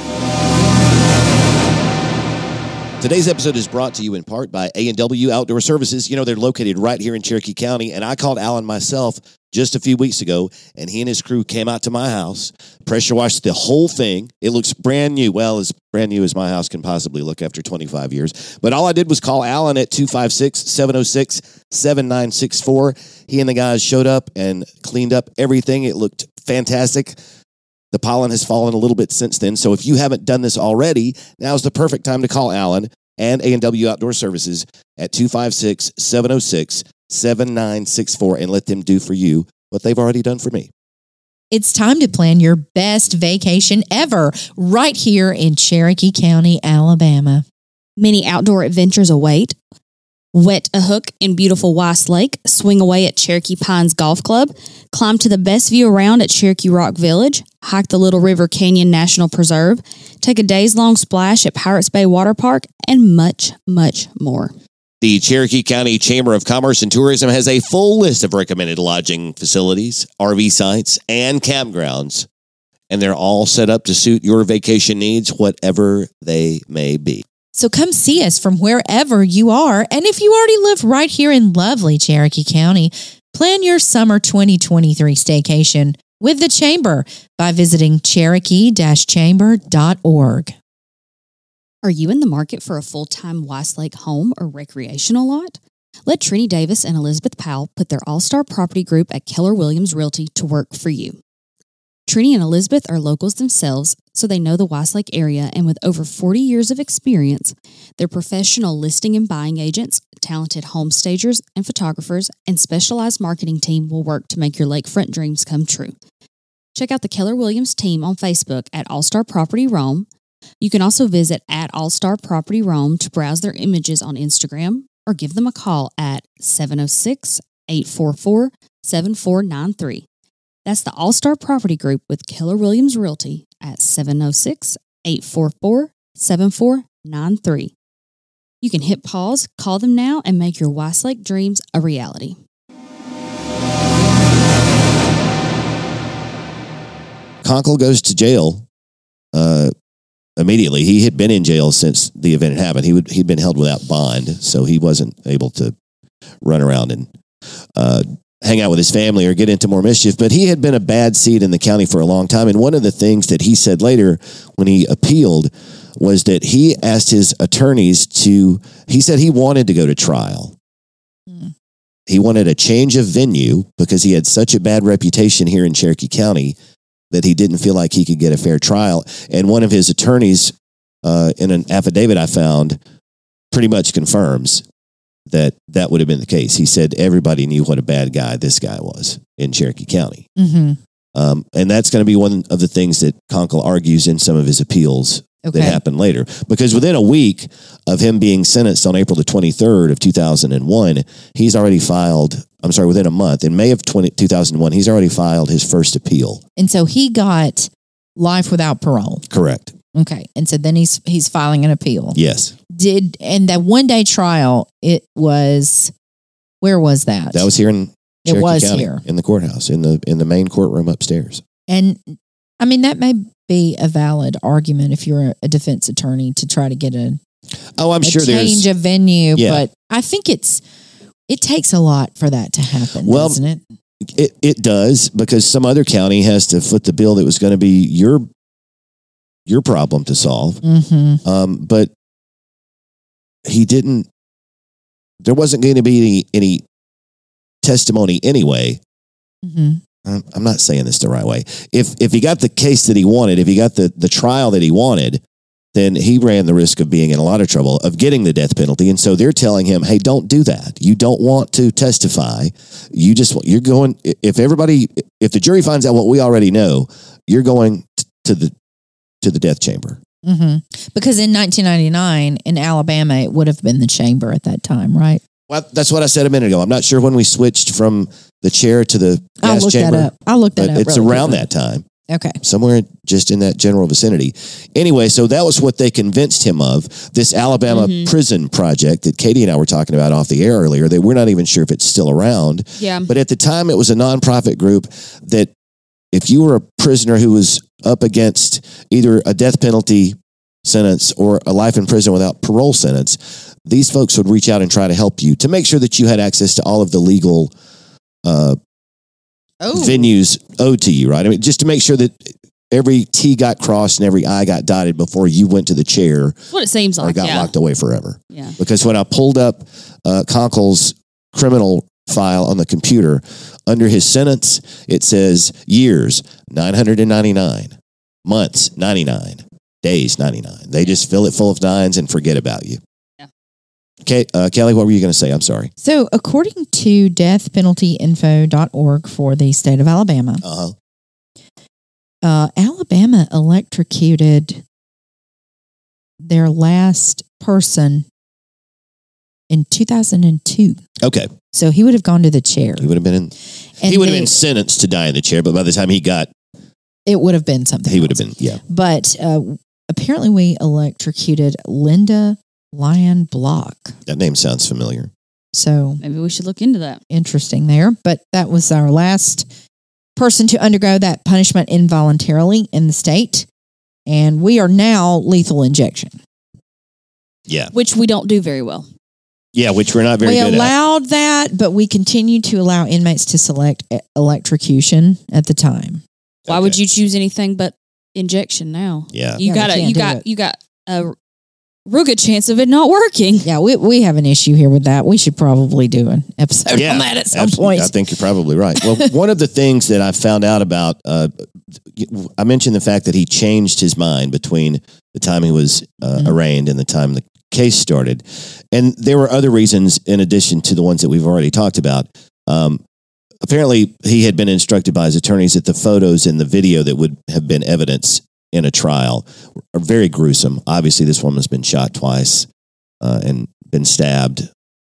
Today's episode is brought to you in part by A&W Outdoor Services. You know, they're located right here in Cherokee County, and I called Alan myself just a few weeks ago, and he and his crew came out to my house, pressure washed the whole thing. It looks brand new. Well, as brand new as my house can possibly look after 25 years. But all I did was call Alan at 256 706 7964. He and the guys showed up and cleaned up everything. It looked fantastic. The pollen has fallen a little bit since then. So if you haven't done this already, now's the perfect time to call Alan and A&W Outdoor Services at 256-706-7964 and let them do for you what they've already done for me. It's time to plan your best vacation ever right here in Cherokee County, Alabama. Many outdoor adventures await. Wet a hook in beautiful Weiss Lake, swing away at Cherokee Pines Golf Club, climb to the best view around at Cherokee Rock Village, hike the Little River Canyon National Preserve, take a days long splash at Pirates Bay Water Park, and much, much more. The Cherokee County Chamber of Commerce and Tourism has a full list of recommended lodging facilities, RV sites, and campgrounds, and they're all set up to suit your vacation needs, whatever they may be. So come see us from wherever you are. And if you already live right here in lovely Cherokee County, plan your summer 2023 staycation with the Chamber by visiting cherokee-chamber.org. Are you in the market for a full time Westlake home or recreational lot? Let Trini Davis and Elizabeth Powell put their all star property group at Keller Williams Realty to work for you. Trini and Elizabeth are locals themselves, so they know the Westlake area, and with over 40 years of experience, they're professional listing and buying agents, talented home stagers and photographers, and specialized marketing team will work to make your lakefront dreams come true. Check out the Keller Williams team on Facebook at All Star Property Rome you can also visit at All Star Property Rome to browse their images on Instagram or give them a call at 706 844 7493. That's the All Star Property Group with Keller Williams Realty at 706 844 7493. You can hit pause, call them now, and make your Westlake dreams a reality. Conkle goes to jail uh, immediately. He had been in jail since the event had happened. He would he'd been held without bond, so he wasn't able to run around and uh, hang out with his family or get into more mischief. But he had been a bad seed in the county for a long time. And one of the things that he said later when he appealed was that he asked his attorneys to. He said he wanted to go to trial. Hmm. He wanted a change of venue because he had such a bad reputation here in Cherokee County that he didn't feel like he could get a fair trial. And one of his attorneys uh, in an affidavit I found pretty much confirms that that would have been the case. He said everybody knew what a bad guy this guy was in Cherokee County. Mm-hmm. Um, and that's going to be one of the things that Conkle argues in some of his appeals Okay. that happened later. Because within a week of him being sentenced on April the 23rd of 2001, he's already filed, I'm sorry, within a month, in May of 20, 2001, he's already filed his first appeal. And so he got life without parole. Correct. Okay. And so then he's he's filing an appeal. Yes. Did and that one day trial, it was where was that? That was here in It Cherokee was County, here. in the courthouse, in the in the main courtroom upstairs. And I mean that may be a valid argument if you're a defense attorney to try to get a Oh, I'm a sure change there's of venue, Yeah. but I think it's it takes a lot for that to happen, Well, doesn't it? it, it does because some other county has to foot the bill that was going to be your your problem to solve. Mm-hmm. Um, but he didn't, there wasn't going to be any, any testimony anyway. mm-hmm. I'm I'm not saying this the right way. If, if he got the case that he wanted, if he got the, the trial that he wanted, then he ran the risk of being in a lot of trouble of getting the death penalty. And so they're telling him, Hey, don't do that. You don't want to testify. You just, want- you're going, if everybody, if the jury finds out what we already know, you're going t- to the, to the death chamber. Mm-hmm. Because in 1999 in Alabama, it would have been the chamber at that time, right? Well, that's what I said a minute ago. I'm not sure when we switched from the chair to the I'll gas look chamber, that up. I'll look that but up. it's really around quickly. that time, Okay. somewhere just in that general vicinity. Anyway, so that was what they convinced him of this Alabama Mhm. prison project that Katie and I were talking about off the air earlier. That we're not even sure if it's still around, Yeah. but at the time it was a nonprofit group that if you were a prisoner who was up against either a death penalty sentence or a life in prison without parole sentence, these folks would reach out and try to help you to make sure that you had access to all of the legal uh, Oh, venues owed to you, right? I mean, just to make sure that every T got crossed and every I got dotted before you went to the chair That's what it seems or like. got yeah. locked away forever Yeah. because when I pulled up uh, Conkle's criminal file on the computer, under his sentence, it says years 999, months 99, days 99. They just fill it full of nines and forget about you. Yeah. Okay, uh, Kelly, what were you going to say? I'm sorry. So, according to deathpenaltyinfo.org for the state of Alabama, Uh huh. uh, Alabama electrocuted their last person in 2002. Okay, So he would have gone to the chair. he would have been in. And he would have they- been sentenced to die in the chair, but by the time he got, It would have been something. he would have else. been. Yeah. But uh, apparently, we electrocuted Linda Lyon Block. That name sounds familiar. So Maybe we should look into that. interesting there. But that was our last person to undergo that punishment involuntarily in the state. And we are now lethal injection. Yeah. Which we don't do very well. Yeah, which we're not very we good at. allowed that, but we continued to allow inmates to select e- electrocution at the time. Why would you choose anything but injection now? Yeah. You Yeah, we got a can't you do got it. you got a real good chance of it not working. Yeah, we, we have an issue here with that. We should probably do an episode Yeah, on that at some Absolutely. point. I think you're probably right. Well, one of the things that I found out about, uh, I mentioned the fact that he changed his mind between the time he was uh, Mhm. arraigned and the time the case started. And there were other reasons in addition to the ones that we've already talked about. Um, apparently, he had been instructed by his attorneys that the photos and the video that would have been evidence in a trial are very gruesome. Obviously, this woman's been shot twice uh, and been stabbed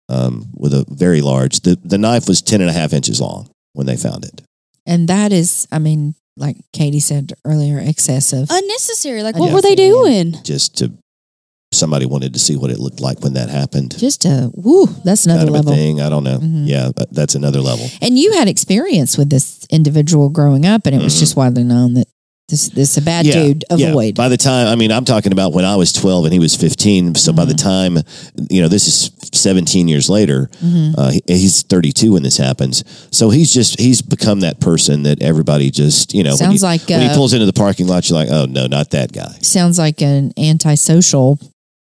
um, with a very large. The, the knife was 10 and a half inches long when they found it. And that is, I mean, like Katie said earlier, Uh, excessive. Unnecessary. Like I what know. were they Yeah. doing? Just to somebody wanted to see what it looked like when that happened. Just a woo, that's another kind of level. a thing. I don't know. Mhm. Yeah, but that's another level. And you had experience with this individual growing up, and it was Mhm. just widely known that this this a bad Yeah, dude. Avoid. By the time, I mean, I'm talking about when I was 12 and he was 15. So by the time, Mm-hmm. you know, this is 17 years later, Mhm. uh, he, he's 32 when this happens. So he's just, he's become that person that everybody just, you know, when, sounds you- like when he uh, pulls into the parking lot, you're like, oh, no, not that guy. sounds like an antisocial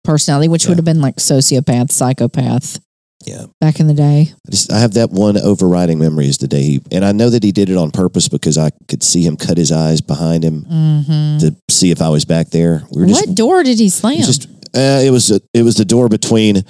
personality, which Yeah. would have been like sociopath, psychopath. Yeah. back in the day. I just I have that one overriding memory is the day he and I know that he did it on purpose because I could see him cut his eyes behind him Mm-hmm. to see if I was back there. We were just what door did he slam? It's just uh, it was a, it was the door between.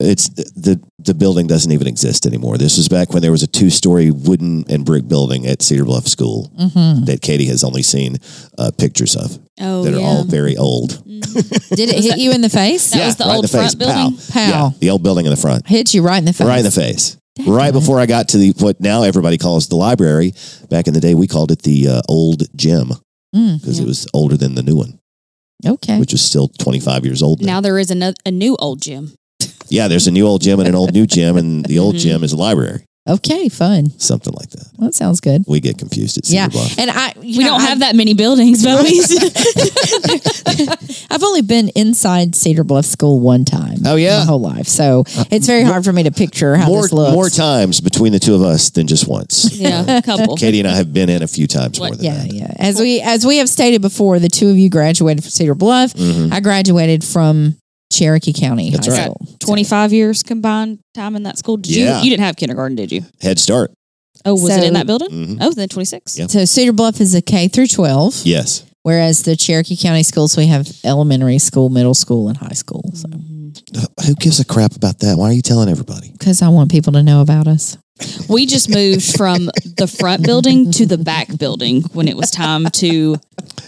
It's the the building doesn't even exist anymore. This was back when there was a two story wooden and brick building at Cedar Bluff School Mhm. that Katie has only seen uh, pictures of Oh, that yeah. are all very old. Mhm. Did it hit you in the face? That was the right in old the face. front building. Pow. Yeah, the old building in the front, Hit you right in the face. right in the face. Dang Right it. before I got to the what now everybody calls the library. Back in the day, we called it the uh, old gym Mm, because Yeah. it was older than the new one, okay. which is still twenty five years old. Now there is another, a new old gym. yeah, there's a new old gym and an old new gym, and the old Mhm. Mm-hmm. gym is a library, Okay. Fun. something like that. Well, that sounds good. We get confused at Cedar Yeah. Bluff. And I, We don't have that many buildings, Bowies. that. I've only been inside Cedar Bluff School one time. Oh, yeah? Uh, my whole life. So it's very hard for me to picture how More, this looks. more times between the two of us than just once. yeah, a couple. Katie and I have been in a few times What- more than Yeah, that. yeah. As we as we have stated before, the two of you graduated from Cedar Bluff. Mhm. I graduated from Cherokee County That's High right. School. 25 years combined time in that school. Did Yeah. you, you didn't have kindergarten, did you? Head Start. Oh, was it So- in that building? Mhm. Oh, then 26. Yeah. So Cedar Bluff is a K through twelve, Yes. whereas the Cherokee County schools we have elementary school, middle school, and high school. So Mm-hmm. Mhm. Who gives a crap about that? Why are you telling everybody? because I want people to know about us. We just moved from the front building to the back building when it was time to.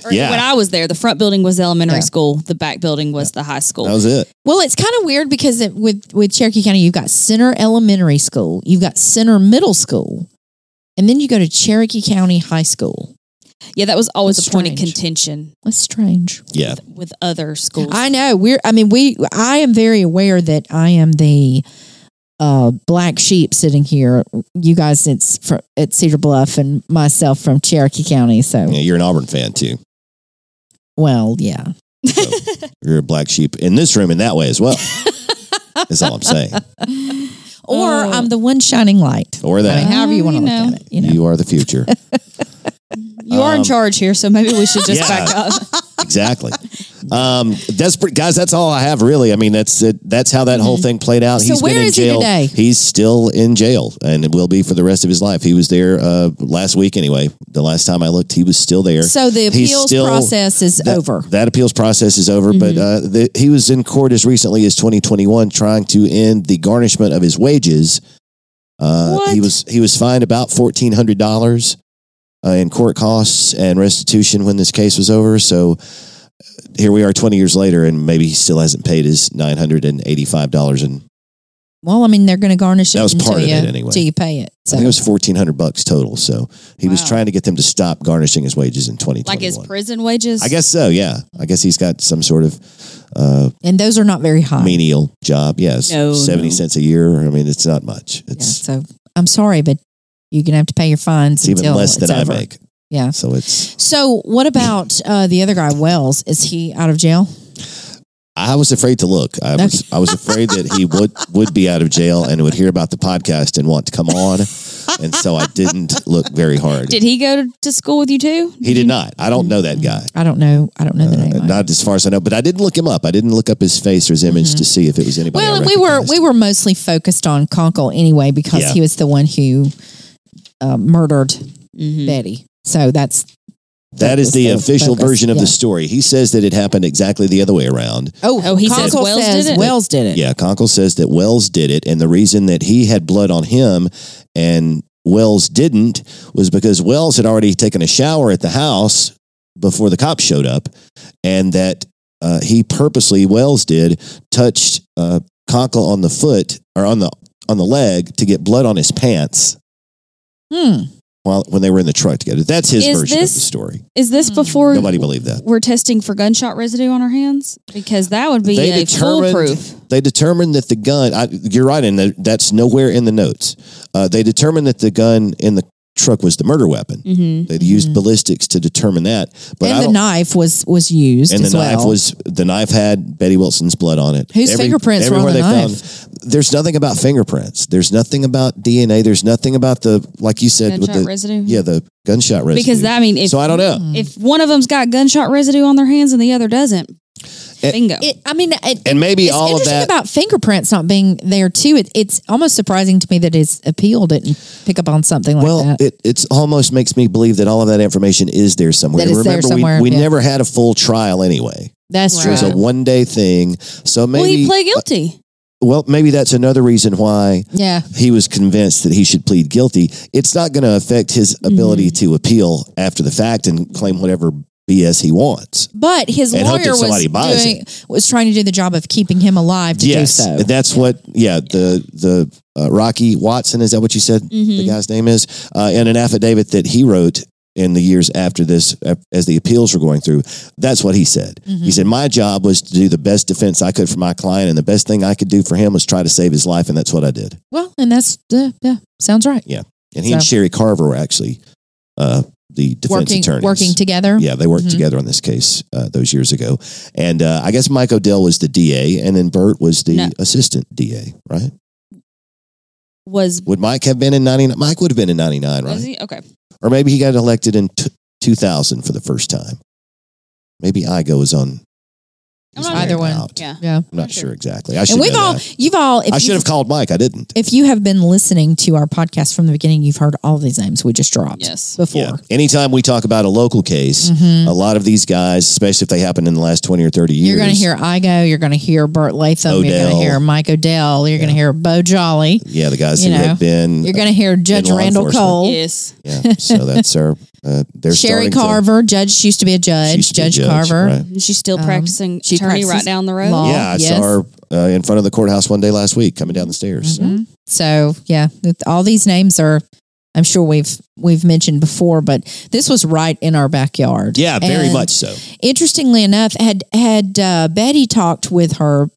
or Yeah. When I was there, the front building was elementary Yeah. school, the back building was the high school. That was it. Well, it's kind of weird because it, with with Cherokee County, you've got Center Elementary School, you've got Center Middle School, and then you go to Cherokee County High School. yeah, that was always That's a point of strange. contention That's strange. Yeah. with other schools. I know. We're. I mean, we. I am very aware that I am the uh, black sheep sitting here. You guys, it's fr at Cedar Bluff, and myself from Cherokee County. So, yeah. You're an Auburn fan too. well, yeah. You're a black sheep in this room in that way as well. That's all I'm saying. Or Oh. I'm the one shining light. Or I mean, that. however you want to You look know. at it. You know. You are the future. you are in Um, charge here, so maybe we should just Yeah. back up. exactly. Um, that's pretty, guys. That's all I have really. I mean, that's it. That's how that whole thing played out. Mm-hmm. So He's where been in is he jail. today? He's still in jail and will be for the rest of his life. He was there uh, last week anyway. The last time I looked, he was still there. So the He's appeals still- process is that, over. That appeals process is over, but uh, the, he was in court as recently as 2021 trying to end the garnishment of his wages. Uh, What? He was he was fined about fourteen hundred dollars uh, in court costs and restitution when this case was over. So uh, here we are, 20 years later, and maybe he still hasn't paid his nine hundred and eighty five dollars, and Well, I mean, they're going to garnish it. That was until part of you, it anyway. Till you pay it. I So think it was fourteen hundred bucks total. So he was Wow. trying to get them to stop garnishing his wages in 2021. Like his prison wages? I guess so. Yeah, I guess he's got some sort of. Uh, and those are not very high. menial job. Yes, No, seventy no. cents a year. I mean, it's not much. Yeah, It's, so I'm sorry, but you're going to have to pay your fines it's even until less than it's I over. make. Yeah. So it's. So what about uh, the other guy, Wells? Is he out of jail? I was afraid to look. I was. I was afraid that he would would be out of jail and would hear about the podcast and want to come on, and so I didn't look very hard. Did he go to- to school with you too? he did not. I don't know that guy. I don't know. Mm-hmm. I don't know the Uh, name. not as far as I know, but I didn't look him up. I didn't look up his face or his image to see if it was anybody. Mm-hmm. well, I and we were recognized. we were mostly focused on Conkle anyway because Yeah. he was the one who uh, murdered Mm-hmm. Betty. So that's That is was the the official focus, version of yeah. the story. He says that it happened exactly the other way around. oh, Oh, he says Conkle Wells did it? Wells did it. Yeah, Conkle says that Wells did it, and the reason that he had blood on him and Wells didn't was because Wells had already taken a shower at the house before the cops showed up, and that uh, he purposely Wells did touched uh, Conkle on the foot or on the on the leg to get blood on his pants Hmm. while when they were in the truck together. That's his Is version this- of the story. Is this Hmm. before Nobody believed that. we're testing for gunshot residue on our hands? Because that would be They a determined- foolproof. They determined that the gun. I, you're right, and that- that's nowhere in the notes. Uh, they determined that the gun in the truck was the murder weapon. Mm-hmm. They used Mhm. ballistics to determine that, but I And the don't. knife was was used and the as well. knife was the knife had Betty Wilson's blood on it. Whose fingerprints were on the knife? found, there's nothing about fingerprints. There's nothing about DNA. There's nothing about the like you said Gunshot with the residue? yeah the gunshot residue. Because, that, I mean, if, Mm. so I don't know. if one of them's got gunshot residue on their hands and the other doesn't, Bingo. It, I mean, it, And maybe it's all of interesting that. about fingerprints not being there too. It, it's almost surprising to me that his appeal didn't pick up on something like well, that. it it's almost makes me believe that all of that information is there somewhere. That it's there Remember, somewhere, we, we yeah. never had a full trial anyway. That's Right. It was a true. one day thing. well, So maybe uh, he pled guilty. well, maybe that's another reason why Yeah, he was convinced that he should plead guilty. It's not going to affect his Mm-hmm. ability to appeal after the fact and claim whatever BS he wants. but his And hope that lawyer was somebody buys doing, was trying to do the job of keeping him alive to yes, do so. that's what. Yeah, the the uh, Rocky Watson is that what you said? Mm-hmm. The guy's name is uh, in an affidavit that he wrote in the years after this, af- as the appeals were going through. That's what he said. Mm-hmm. He said my job was to do the best defense I could for my client, and the best thing I could do for him was try to save his life, and that's what I did. Well, and that's uh, yeah, sounds right. And he and So- Sherry Carver were actually uh, the defense Working attorneys. working together. Yeah, they worked Mhm. together on this case uh, those years ago. And uh, I guess Mike Odell was the DA, and then Bert was the No. assistant DA, right? Was Would Mike have been in 99? Mike would have been in 99, was right? he okay? Or maybe he got elected in t- 2000 for the first time. Maybe Igo was on I'm his not way Either one. out. Yeah. Yeah. I'm not Not sure. sure exactly. I should And we've know all, that. you've all, if I should you've, have called Mike. I didn't. if you have been listening to our podcast from the beginning, you've heard all these names we just dropped Yes. before. Yeah. Anytime we talk about a local case, Mhm. a lot of these guys, especially if they happen in the last 20 or 30 years, You're going to hear Igo. You're going to hear Bert Latham. You're going Odell. to hear Mike Odell. You're going to hear Bo Jolly. Yeah, the guys you who know, have been. You're going to hear Judge law Randall enforcement. Cole, Yes. yeah, so that's our. Uh, they're Sherry starting to- Carver. Judge she used to be a she judge. used to be a Judge, Carver. right. And she's still Um, practicing she attorney right practices down the road. law. Yeah, I yes. saw her uh, in front of the courthouse one day last week, coming down the stairs. Mhm. So yeah, th- all these names are. I'm sure we've we've mentioned before, but this was right in our backyard. Yeah, very And much so. Interestingly enough, had had uh, Betty talked with her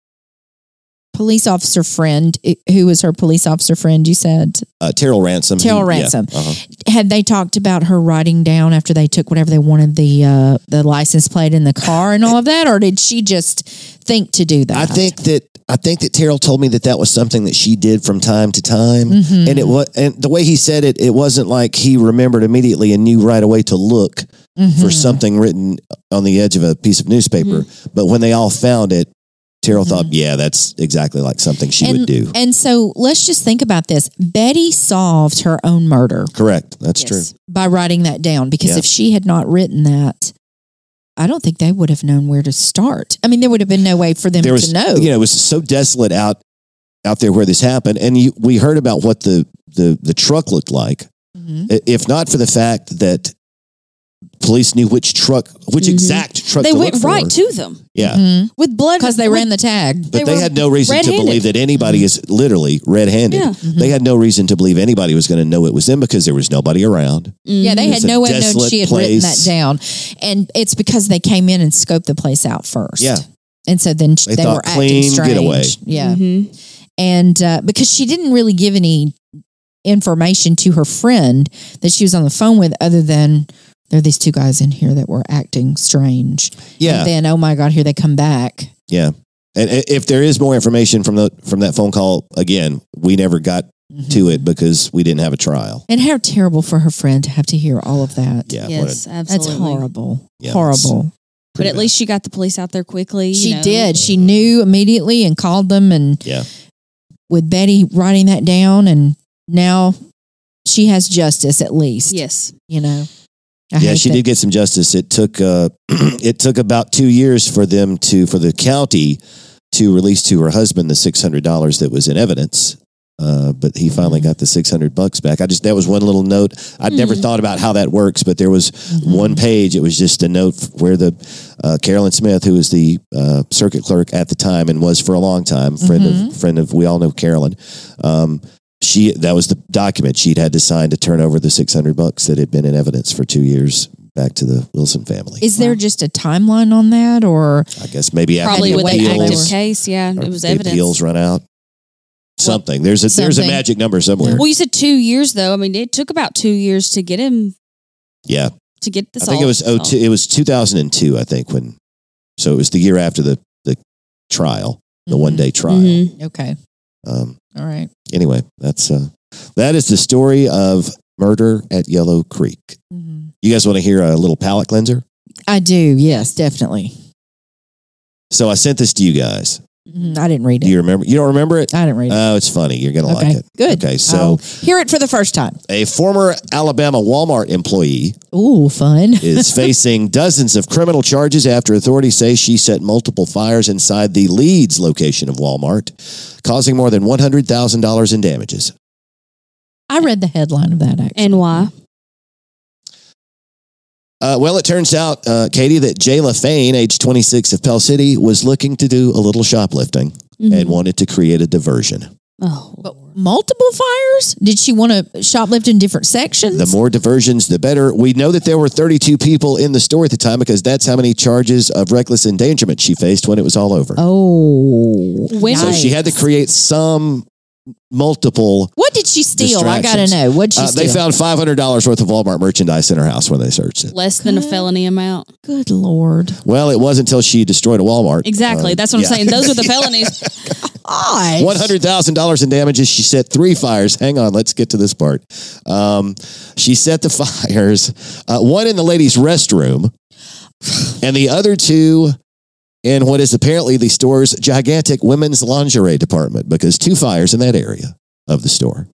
police officer friend, i- who was her police officer friend? You said Uh, Terrell Ransom. Terrell yeah, Ransom. uh-huh. had they talked about her writing down after they took whatever they wanted the uh, the license plate in the car and all of that, or did she just think to do I that? think that I think that Terrell told me that that was something that she did from time to time, Mhm. and it was and the way he said it, it wasn't like he remembered immediately and knew right away to look Mhm. for something written on the edge of a piece of newspaper. Mm-hmm. But when they all found it, Terrell thought, "Yeah, that's exactly like something she and, would do." And so let's just think about this. Betty solved her own murder Correct. That's true. Yes. by writing that down because Yeah. if she had not written that, I don't think they would have known where to start. I mean, there would have been no way for them there was to know. you know it was so desolate out out there where this happened and you, we heard about what the the the truck looked like Mhm. I- if not for the fact that police knew which truck which Mhm. exact truck They to went look for. right to them yeah Mhm. with blood Because they ran the tag. but They they, were had no reason to red-handed. Mm-hmm. believe that anybody is literally red-handed Yeah. they had no reason to believe anybody was going to know it was them because there was nobody around Yeah, they Mhm. had It's a no way of knowing desolate she had written that place. down, and it's because they came in and scoped the place out first. Yeah. and so then sh- They they, thought were acting clean strange. getaway. Yeah, hmm and uh, because she didn't really give any information to her friend that she was on the phone with, other than there are these two guys in here that were acting strange. yeah And then oh my god, here they come back. and i- if there is more information from the from that phone call again we never got Mm-hmm. to it because we didn't have a trial And how terrible for her friend to have to hear all of that. yeah what a- Yes, That's absolutely. horrible. Yeah, it's horrible. But pretty at bad. least she got the police out there quickly. you She know. did. She knew immediately and called them and Yeah. With Betty writing that down and now she has justice at least. Yes. You know. I yeah, hate she that. did get some justice. It took uh, it took about two years for them to for the county to release to her husband the six hundred dollars that was in evidence. Uh, but he finally Mm-hmm. got the six hundred bucks back. I just that was one little note. I'd never Hmm. thought about how that works, but there was Mhm. one page. It was just a note f- where the uh, Carolyn Smith, who was the uh, circuit clerk at the time and was for a long time friend Mm-hmm. of friend of we all know Carolyn. Um, she that was the document she'd had to sign to turn over the six hundred bucks that had been in evidence for two years back to the Wilson family. Is there just a timeline on that or I guess maybe after Probably the with an appeals, active case. Yeah. or It was the evidence. appeals run out. Something there's a there's a Something. magic number somewhere. Well, you said two years though. I mean, it took about two years to get him Yeah, to get the. I think it was oh salt. two. It was two thousand and two. I think when so it was the year after the the trial, the Mm-hmm. one day trial. Mhm. Okay. Um, All right. anyway, that's uh, that is the story of murder at Yellow Creek. Mhm. You guys want to hear a little palate cleanser? I do. Yes, definitely. So I sent this to you guys. Mhm, I didn't read Do it. you remember? You don't remember it? I didn't read it. Oh, it's funny. You're gonna okay, like it. good. Okay, so I'll hear it for the first time. a former Alabama Walmart employee Ooh, fun. is facing dozens of criminal charges after authorities say she set multiple fires inside the Leeds location of Walmart, causing more than one hundred thousand dollars in damages. I read the headline of that actually. And why? Uh, well, it turns out, uh, Katie, that Jayla Fain, age 26 of Pell City, was looking to do a little shoplifting Mhm. and wanted to create a diversion. oh, Mm-hmm. But multiple fires? Did she want to shoplift in different sections? The more diversions, the better. We know that there were 32 people in the store at the time because that's how many charges of reckless endangerment she faced when it was all over. oh, When- so she had to create some multiple. What did she steal? I gotta Distractions. know. What'd she Uh, steal? they found $500 worth of Walmart merchandise in her house when they searched it. less than a Good. felony amount. Good lord. Well, it wasn't until she destroyed a Walmart. Exactly. Uh, That's what I'm yeah. saying. Those are the felonies. Odd. One hundred thousand dollars in damages. She set three fires. Hang on, let's get to this part. Um, she set the fires. Uh, one in the ladies' restroom, and the other two in what is apparently the store's gigantic women's lingerie department because two fires in that area of the store.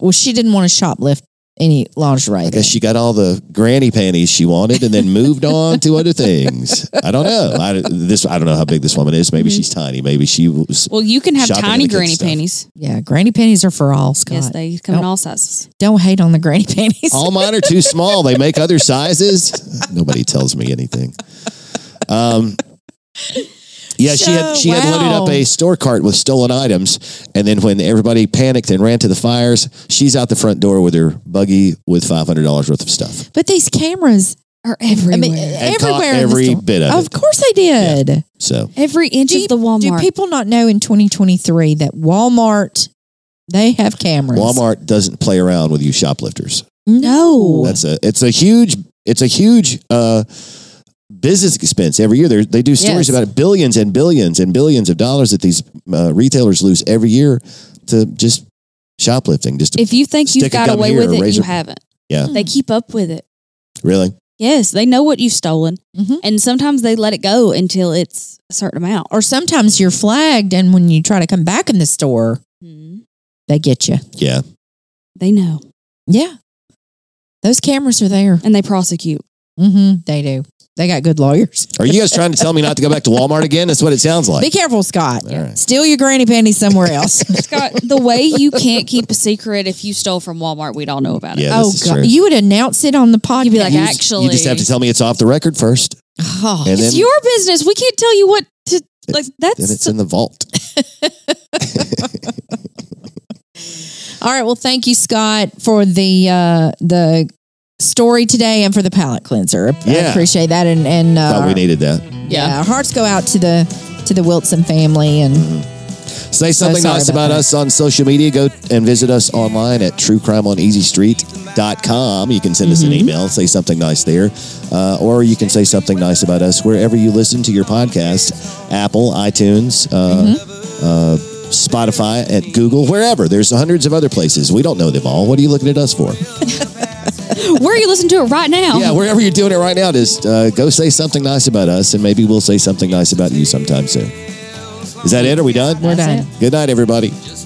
Well, she didn't want to shoplift any lingerie. I guess she got all the granny panties she wanted, and then moved on to other things. I don't know. I, this I don't know how big this woman is. Maybe Mhm. she's tiny. Maybe she was. Well, you can have Shopping tiny and the good granny stuff. panties. yeah, granny panties are for all, Scott. Yes, they come in Nope. all sizes. Don't hate on the granny panties. All mine are too small. They make other sizes. Nobody tells me anything. Um, yeah, she had she had loaded Wow. up a store cart with stolen items, and then when everybody panicked and ran to the fires, she's out the front door with her buggy with five hundred dollars worth of stuff But these cameras Are everywhere. I mean, and caught everywhere. in the every store. bit of Of it. course they did. So Every inch Do of the Walmart. Do people not know in 2023 that Walmart they have cameras? Walmart doesn't play around with you shoplifters. No. That's a it's a huge it's a huge uh, business expense every year. They're, they do stories Yes. about it. billions and billions and billions of dollars that these uh, retailers lose every year to just shoplifting. Just to, if you think stick you've a got gum away here, with a it, you razor- haven't. Yeah. They keep up with it. really, Yes, they know what you've stolen. Mhm. And sometimes they let it go until it's a certain amount. Or sometimes you're flagged, and when you try to come back in the store, Mhm. they get you. yeah. They know. Yeah, those cameras are there. And they prosecute. hmm They do. They got good lawyers. Are you guys trying to tell me not to go back to Walmart again? That's what it sounds like. Be careful, Scott. All right. Steal your granny panties somewhere else. Scott, the way you can't keep a secret if you stole from Walmart, we'd all know about it. Yeah, oh this is God! true. You would announce it on the podcast. You'd be like, You "Act- just- you just have to tell me it's off the record first, Oh, and It's then, your business. We can't tell you what to like. then That's it's in the vault. All right. Well, thank you, Scott, for the uh, the story today and for the palate cleanser. I- I Yeah. appreciate that. And and uh, Thought we needed that. yeah. our hearts go out to the to the Wilson family. And Say something sorry nice about, about that. us on social media. Go and visit us online at truecrimeoneasystreet.com. You can send us Mm-hmm. an email, say something nice there, uh, or you can say something nice about us wherever you listen to your podcast Apple, iTunes, uh, Mm-hmm. uh, Spotify, at Google, wherever. There's hundreds of other places. We don't know them all. What are you looking at us for? Uh-huh. where you listen to it right now. Yeah, wherever you're doing it right now, just uh, go say something nice about us, and maybe we'll say something nice about you sometime soon. Is that it? Are we done? We're done. Good night, everybody. Just